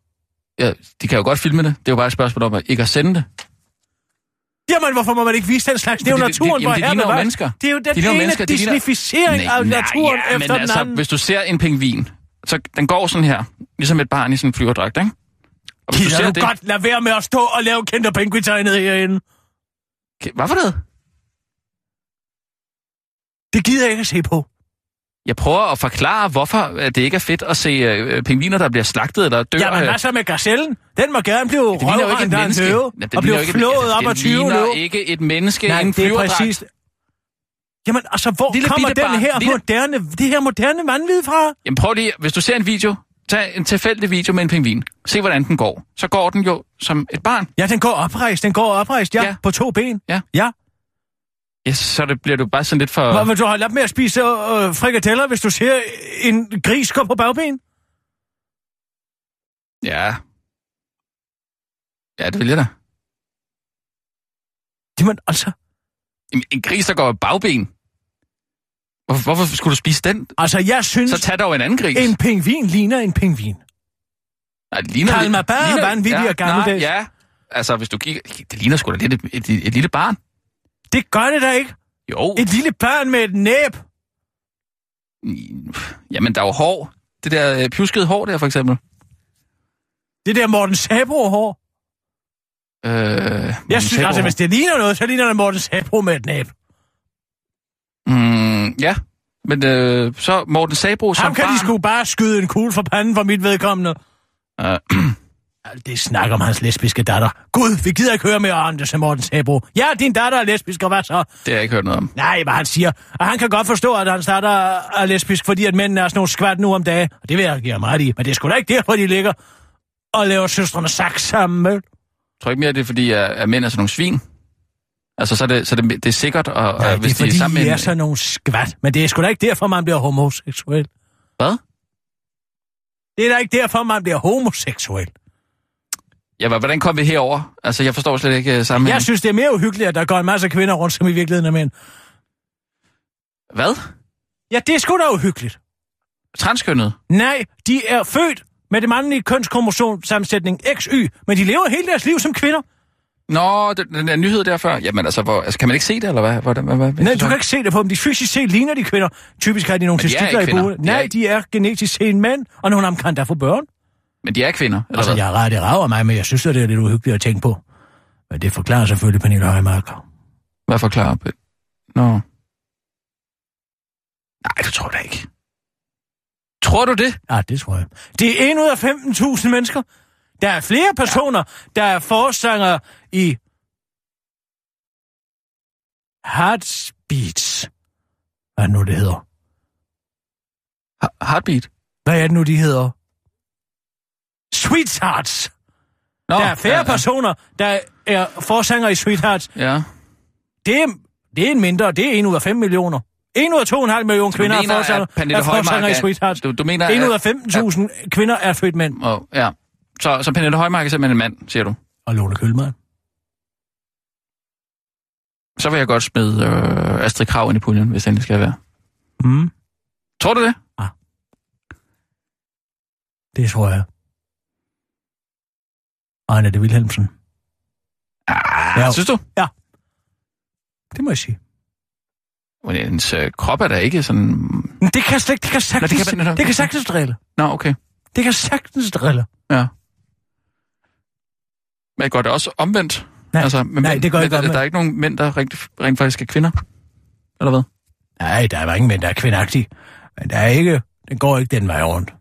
Speaker 5: Ja, de kan jo godt filme det. Det er jo bare et spørgsmål om at ikke at sende det.
Speaker 4: Jamen, hvorfor må man ikke vise den slags? Det er jo
Speaker 5: Fordi det- det-
Speaker 4: naturen,
Speaker 5: jamen,
Speaker 4: hvor
Speaker 5: det
Speaker 4: her
Speaker 5: ligner jo
Speaker 4: bevares.
Speaker 5: mennesker.
Speaker 4: Det er jo
Speaker 5: Det
Speaker 4: den
Speaker 5: ligner jo
Speaker 4: ene
Speaker 5: mennesker, det ligner-
Speaker 4: disnificering af naturen
Speaker 5: ja,
Speaker 4: efter
Speaker 5: men
Speaker 4: den
Speaker 5: altså,
Speaker 4: anden.
Speaker 5: hvis du ser en pingvin, så den går sådan her, ligesom et barn i sådan en flyverdragt, ikke? Og hvis
Speaker 4: Gider du det? godt lade være med at stå og lave Kinder Pinguin-tegnet herinde?
Speaker 5: Okay, Hvad for det?
Speaker 4: Det gider jeg ikke at se på.
Speaker 5: Jeg prøver at forklare, hvorfor at det ikke er fedt at se øh, pingviner, der bliver slagtet eller dør.
Speaker 4: Ja, men
Speaker 5: øh,
Speaker 4: hvad så med gazellen? Den må gerne blive
Speaker 5: det ligner jo ikke
Speaker 4: røvrende
Speaker 5: et
Speaker 4: der er altså, en
Speaker 5: menneske.
Speaker 4: høve,
Speaker 5: Ja, det
Speaker 4: og
Speaker 5: ligner
Speaker 4: blive
Speaker 5: jo ikke et-
Speaker 4: flået
Speaker 5: altså,
Speaker 4: op af 20
Speaker 5: Det
Speaker 4: løv.
Speaker 5: ligner ikke et menneske i
Speaker 4: Nej,
Speaker 5: en
Speaker 4: det er
Speaker 5: flyverdragt.
Speaker 4: præcis... Jamen, altså, hvor
Speaker 5: Lille
Speaker 4: Lille kommer
Speaker 5: bitte
Speaker 4: den
Speaker 5: barn,
Speaker 4: her
Speaker 5: lille-
Speaker 4: moderne, det her moderne vanvid fra?
Speaker 5: Jamen prøv lige, hvis du ser en video, tag en tilfældig video med en pingvin. Se, hvordan den går. Så går den jo som et barn.
Speaker 4: Ja, den går oprejst, den går oprejst, ja,
Speaker 5: Ja.
Speaker 4: ja. på to ben.
Speaker 5: Ja.
Speaker 4: ja.
Speaker 5: Ja, så det bliver du bare sådan lidt for...
Speaker 4: Hvor vil du holde op med at spise øh, frikadeller, hvis du ser en gris gå på bagben?
Speaker 5: Ja. Ja, det vil jeg da.
Speaker 4: Jamen, altså...
Speaker 5: Jamen, En gris, der går af bagben. Hvorfor, hvorfor skulle du spise den?
Speaker 4: Altså, jeg synes,
Speaker 5: Så tag dog en anden gris.
Speaker 4: en pingvin ligner en pingvin.
Speaker 5: Nej, det ligner,
Speaker 4: Karl
Speaker 5: lidt-
Speaker 4: Mabar er
Speaker 5: ligner-
Speaker 4: vanvittig og
Speaker 5: nej,
Speaker 4: gammeldags.
Speaker 5: Ja, altså hvis du kigger... Det ligner sgu da lidt et, et, et, et lille barn.
Speaker 4: Det gør det da ikke.
Speaker 5: Jo.
Speaker 4: Et lille barn med et næb.
Speaker 5: Jamen, der er jo hår. Det der øh, pjuskede hår der, for eksempel.
Speaker 4: Det der Morten Sabro-hår.
Speaker 5: Øh,
Speaker 4: Jeg synes, altså, hvis det ligner noget, så ligner det Morten Sabro med et næb.
Speaker 5: Mm, ja, men øh, så Morten Sabro som
Speaker 4: Ham kan
Speaker 5: barn...
Speaker 4: de sgu bare skyde en kugle fra panden for mit vedkommende. [clears throat] Alt det snak om hans lesbiske datter. Gud, vi gider ikke høre mere om det, som Morten Sabro. Ja, din datter er lesbisk, og hvad så?
Speaker 5: Det har jeg ikke hørt noget om.
Speaker 4: Nej, hvad han siger. Og han kan godt forstå, at hans datter er lesbisk, fordi at mændene er sådan nogle skvat nu om dagen. Og det vil jeg give ham ret i. Men det er sgu da ikke derfor, de ligger og laver søstrene saks sammen. vel?
Speaker 5: Jeg tror ikke mere, det er fordi, at, at mænd er sådan nogle svin. Altså, så er det, så er det, det er sikkert, og,
Speaker 4: Nej,
Speaker 5: og
Speaker 4: det
Speaker 5: hvis
Speaker 4: er fordi,
Speaker 5: de er sammen med...
Speaker 4: I er
Speaker 5: en-
Speaker 4: sådan nogle skvat. Men det er sgu da ikke derfor, man bliver homoseksuel.
Speaker 5: Hvad?
Speaker 4: Det er da ikke derfor, man bliver homoseksuel.
Speaker 5: Ja, hva- hvordan kom vi herover? Altså, jeg forstår slet ikke uh,
Speaker 4: Men...
Speaker 5: sammen
Speaker 4: Jeg synes, det er mere uhyggeligt, at der går en masse kvinder rundt, som i virkeligheden er mænd.
Speaker 5: Hvad?
Speaker 4: Ja, det er sgu da uhyggeligt.
Speaker 5: Transkønnet?
Speaker 4: Nej, de er født med det mandlige kønskromosomsammensætning XY, men de lever hele deres liv som kvinder.
Speaker 5: Nå, den, den der nyhed der før. Jamen altså, hvor, altså, kan man ikke se det, eller hvad? Hvordan, hvad, hvad,
Speaker 4: Nej, du kan ikke se det på dem. De fysisk set ligner de kvinder. Typisk har de nogle
Speaker 5: Men de er
Speaker 4: testikler
Speaker 5: ikke
Speaker 4: i
Speaker 5: kvinder.
Speaker 4: bordet.
Speaker 5: De er
Speaker 4: Nej,
Speaker 5: ikke-
Speaker 4: de er genetisk set mænd, og nogle af dem kan der få børn.
Speaker 5: Men de er kvinder, eller
Speaker 4: Altså,
Speaker 5: hvad?
Speaker 4: jeg er ret, det rager mig, men jeg synes, at det er lidt uhyggeligt at tænke på. Men det forklarer selvfølgelig Pernille Højmark.
Speaker 5: Hvad forklarer op? Nå. Nej, du tror det ikke. Tror du det?
Speaker 4: Ja, det tror jeg. Det er en ud af 15.000 mennesker. Der er flere personer, der er forsanger i Heartbeats. Hvad er det nu, det hedder?
Speaker 5: Ha- Heartbeat?
Speaker 4: Hvad er det nu, de hedder? Sweethearts.
Speaker 5: Nå,
Speaker 4: der er færre
Speaker 5: ja, ja.
Speaker 4: personer, der er forsanger i Sweethearts.
Speaker 5: Ja.
Speaker 4: Det er, det er en mindre, det er en ud af 5 millioner. En ud af 2,5 millioner
Speaker 5: Du
Speaker 4: kvinder er
Speaker 5: mener,
Speaker 4: forsanger,
Speaker 5: at Pernille
Speaker 4: er forsanger
Speaker 5: Højmark
Speaker 4: i
Speaker 5: er-
Speaker 4: Sweethearts.
Speaker 5: Du, du mener,
Speaker 4: En ud
Speaker 5: at-
Speaker 4: af 15.000 kvinder er født mænd.
Speaker 5: Åh, ja. Så, så Pernille Højmark er simpelthen en mand, siger du.
Speaker 4: Og Lone Kølmann.
Speaker 5: Så vil jeg godt smide øh, Astrid Krav ind i puljen, hvis det endelig skal være.
Speaker 4: Mm,
Speaker 5: Tror du det?
Speaker 4: det tror jeg. Og Annette Wilhelmsen.
Speaker 5: Ah,
Speaker 4: Ja.
Speaker 5: Synes du?
Speaker 4: Det må jeg sige.
Speaker 5: Men hendes øh, krop er da ikke sådan...
Speaker 4: Men det kan slet ikke- det kan
Speaker 5: kan
Speaker 4: sagtens,
Speaker 5: man-
Speaker 4: det kan sagtens drille.
Speaker 5: Nå, okay.
Speaker 4: Det kan sagtens drille.
Speaker 5: Men går det også omvendt? Altså,
Speaker 4: Nej,
Speaker 5: men,
Speaker 4: nej, det gør
Speaker 5: men,
Speaker 4: ikke
Speaker 5: der,
Speaker 4: omvendt.
Speaker 5: der er ikke nogen mænd, der rent, rent faktisk er kvinder? Eller hvad?
Speaker 4: Nej, der er jo ingen mænd, der er kvindagtige. Men der er ikke, den går ikke den vej rundt.